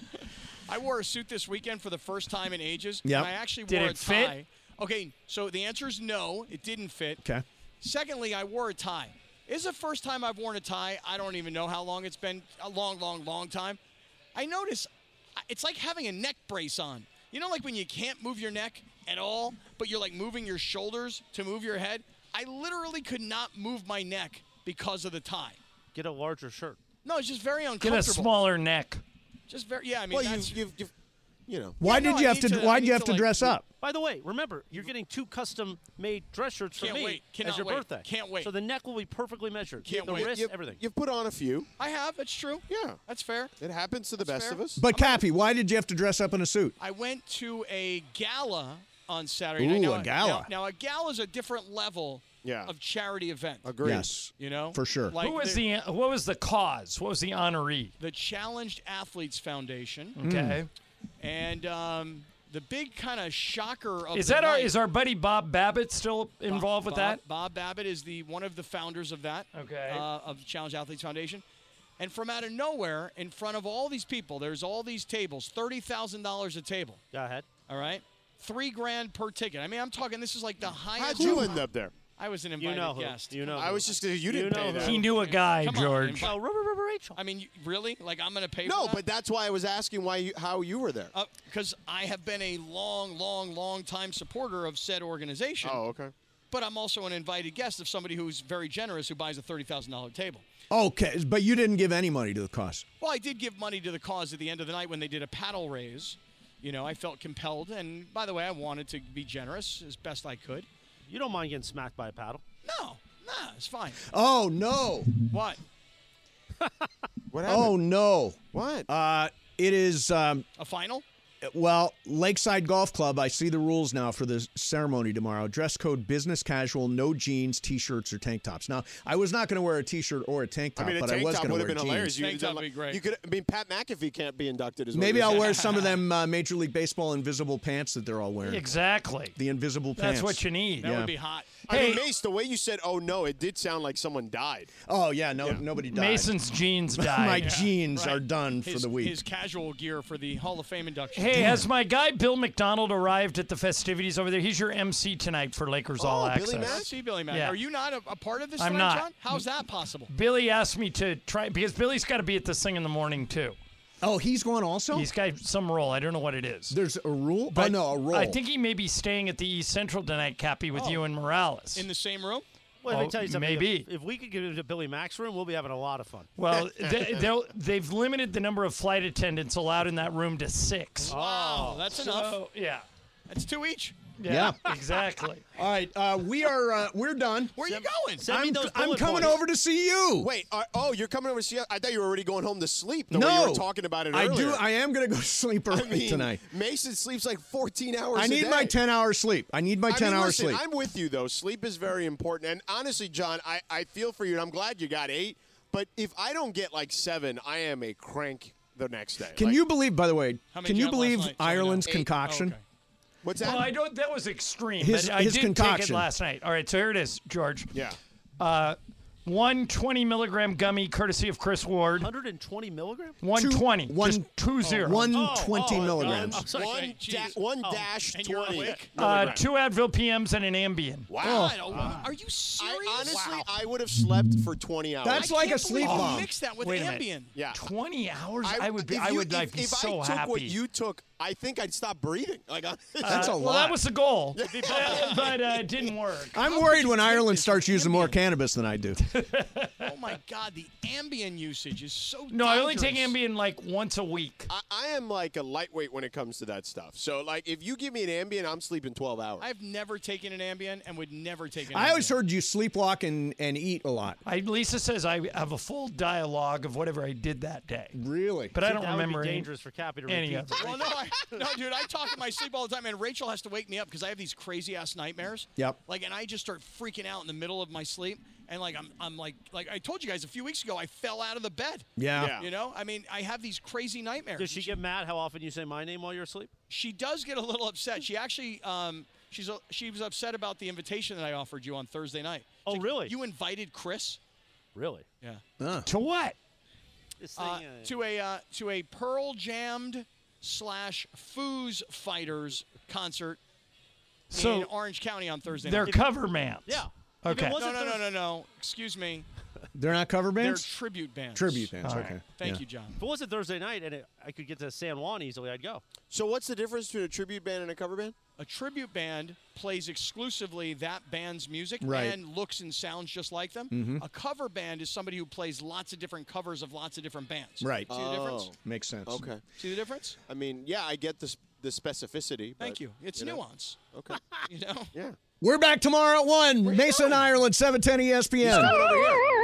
I wore a suit this weekend for the first time in ages.
Yep.
And I actually
Did
wore
it
a
fit?
tie. Okay, so the answer is no, it didn't fit.
Okay.
Secondly, I wore a tie. This is the first time I've worn a tie. I don't even know how long it's been. A long, long, long time. I notice I- it's like having a neck brace on. You know, like when you can't move your neck at all, but you're like moving your shoulders to move your head? I literally could not move my neck because of the tie.
Get a larger shirt.
No, it's just very
Get
uncomfortable.
a smaller neck.
Just very, yeah, I mean,
Well,
that's,
you've, you've, you know.
Why did you have to? why did you have to, dress up?
By the way, remember you're getting two custom-made dress shirts for
Can't
me
wait.
as
Cannot
your
wait.
birthday.
Can't wait.
So the neck will be perfectly measured.
Can't
the
wait.
wrist,
Yep.
everything.
You've put on a few.
I have. It's true.
Yeah.
That's fair.
It happens to the
That's
best
fair.
of us.
But Cappy, why did you have to dress up in a suit?
I went to a gala on Saturday. night.
Ooh,
Now-
a gala.
Now, now a gala is a different level
Yeah.
of charity event.
Agreed.
Yes.
You know,
For sure.
Like
Who was
the
the what was the cause? What was the honoree?
the Challenged Athletes Foundation?
Okay.
And um, the big kind of shocker of
Is
the
that our
Oh, night-
is our buddy Bob Babbitt still
Bob-
involved with
Bob-
that?
Bob Babbitt is the one of the founders of that.
Okay.
Uh, of the Challenge Athletes Foundation. And from out of nowhere, in front of all these people, there's all these tables, thirty thousand dollars a table.
Go ahead.
All right, three grand per ticket. I mean, I'm talking. This is like the highest.
How'd you end up there?
I was an invited
know who.
guest.
You know
I
who.
was just gonna- you
You
didn't
know
pay
who.
that.
He knew a guy,
Come
George.
On,
Oh,
invite-
rubber, rubber, Rachel.
I mean, you- really? Like I'm gonna pay?
No,
for
but that's why I was asking why you, how you were there.
because Uh, I have been a long, long, long time supporter of said organization.
Oh, okay.
But I'm also an invited guest of somebody who's very generous who buys a thirty thousand dollar table.
Okay, but you didn't give any money to the cause.
Well, I did give money to the cause at the end of the night when they did a paddle raise. You know, I felt compelled, and by the way, I wanted to be generous as best I could.
You don't mind getting smacked by a paddle?
No, nah, it's fine.
Oh no.
What?
What
Oh no.
What?
Uh, it is. Um,
A final?
well, Lakeside Golf Club. I see the rules now for the ceremony tomorrow. Dress code: business casual, no jeans, t-shirts, or tank tops. Now, I was not going to wear a t-shirt or a tank
I
top,
mean, a
but I
tank
was
top
going to
would
wear
have been
jeans.
hilarious. You
Tank
could've
top
done
would be
like-
great.
You could. I mean, Pat McAfee can't be inducted as
Maybe I'll wear some of them uh, Major League Baseball invisible pants that they're all wearing.
Exactly.
The invisible pants.
That's what you need.
yeah.
hot.
I mean,
Hey.
Mace, the way you said, "Oh no," it did sound like someone died.
Oh yeah, no, nobody died.
Mason's jeans died.
My jeans
Right.
are done for
His-
the week.
His casual gear for the Hall of Fame induction.
Hey, has my guy Bill McDonald arrived at the festivities over there? He's your MC tonight for Lakers All Access.
Oh, Billy Mack? See Billy Mack.
Yeah.
Are you not a, a part of this
I'm
tonight,
not.
John? How's that possible?
Billy asked me to try because Billy's got to be at this thing in the morning too.
Oh, he's going also.
He's got some role. I don't know what it is.
There's a rule. oh no, a rule.
I think he may be staying at the East Central tonight, Cappy, with you and Morales.
Oh. In the same room?
Well, let
Oh,
me tell you something.
maybe.
If, if we could get into Billy Mack's room, we'll be having a lot of fun.
well, they, they'll, they've limited the number of flight attendants allowed in that room to six.
Wow, Oh, that's enough.
Yeah.
That's two each.
Yeah, exactly.
All right, uh, we are uh, we're done.
Where are you going?
Send me
I'm,
those
I'm
bullet
coming
points.
over to see you.
Wait. Are, oh, you're coming over to see. I thought you were already going home to sleep. The
no,
way you were talking about it
I
earlier.
do. I am going to go to sleep early
I mean,
tonight.
Mason sleeps like 14 hours.
I
a
need
day.
my 10 hour sleep. I need my 10
I mean,
hour
listen,
sleep.
I'm with you though. Sleep is very important. And honestly, John, I, I feel for you, and I'm glad you got eight. But if I don't get like seven, I am a crank the next day.
can
Like,
you believe? By the way,
How many
can
did you
you
have last
believe
night? So we know.
Ireland's
Eight. Oh,
concoction?
okay.
What's that?
Well, I don't. That was extreme.
His-
but I
his
did take
concoction.
it last night. All right, so here it is, George.
yeah.
Uh, One 20 milligram gummy, courtesy of Chris Ward.
120 milligrams? Oh,
120. One, just two zero.
oh, milligrams.
One, da- one dash twenty.
Uh, oh, two Advil PMs and an Ambien.
Wow. I
Oh.
don't-
Are you serious?
honestly, I would have slept for twenty hours.
That's
I
like
can't
a sleep
believe you
bomb.
Mixed that with
Wait a minute.
Ambien. Yeah.
20 hours? I, would be,
if
I
you-
would like,
if,
be
if
so
I took
happy.
what you took, I think I'd stop breathing. Like I-
Uh, Well, that was the goal, Uh, but uh, it didn't work.
I'm worried when Ireland starts using more cannabis than I do.
Oh my God, the Ambien usage is so.
No, I only take
dangerous.
Ambien like once a week.
I, I am like a lightweight when it comes to that stuff. So like, if you give me an Ambien, I'm sleeping twelve hours.
I've never taken an Ambien and would never take an.
I always
Ambien.
heard you sleepwalk and, and eat a lot.
I, Lisa says I have a full dialogue of whatever I did that day.
Really?
But I
See,
don't
that would be
remember any-
dangerous for Cappy to
any
repeat.
of it.
Well, no, I, no, dude, I talk in my sleep all the time, and Rachel has to wake me up because I have these crazy ass nightmares.
Yep.
Like, and I just start freaking out in the middle of my sleep, and like I'm, I'm like, like I told you guys a few weeks ago, I fell out of the bed.
Yeah. Yeah.
You know, I mean, I have these crazy nightmares.
Does she get mad how often you say my name while you're asleep?
She does get a little upset. She actually, um, she's a, she was upset about the invitation that I offered you on Thursday night. Oh, really? You invited Chris
Really?
Yeah.
To what?
uh, to a uh, to a Pearl Jammed slash Foos Fighters concert
So,
in Orange County on Thursday.
they're
night.
cover bands.
Yeah.
Okay.
No, no, no, no, no. Excuse me.
They're not cover
They're
bands?
tribute bands.
Tribute bands, okay.
Thank
Yeah.
you, John.
If it wasn't Thursday night and it, I could get to San Juan easily, I'd go.
So what's the difference between a tribute band and a cover band?
A tribute band plays exclusively that band's music
Right.
and looks and sounds just like them.
Mm-hmm.
Mhm.
A cover band is somebody who plays lots of different covers of lots of different bands.
Right. Oh.
See the
Oh.
difference?
Makes sense.
Okay.
See the difference?
I mean, yeah, I get the s- the specificity.
Thank
but,
you. It's
know.
nuance. Okay. you know?
Yeah.
We're back tomorrow at 1. Mason, Ireland, E 710 ESPN.
He's coming over here.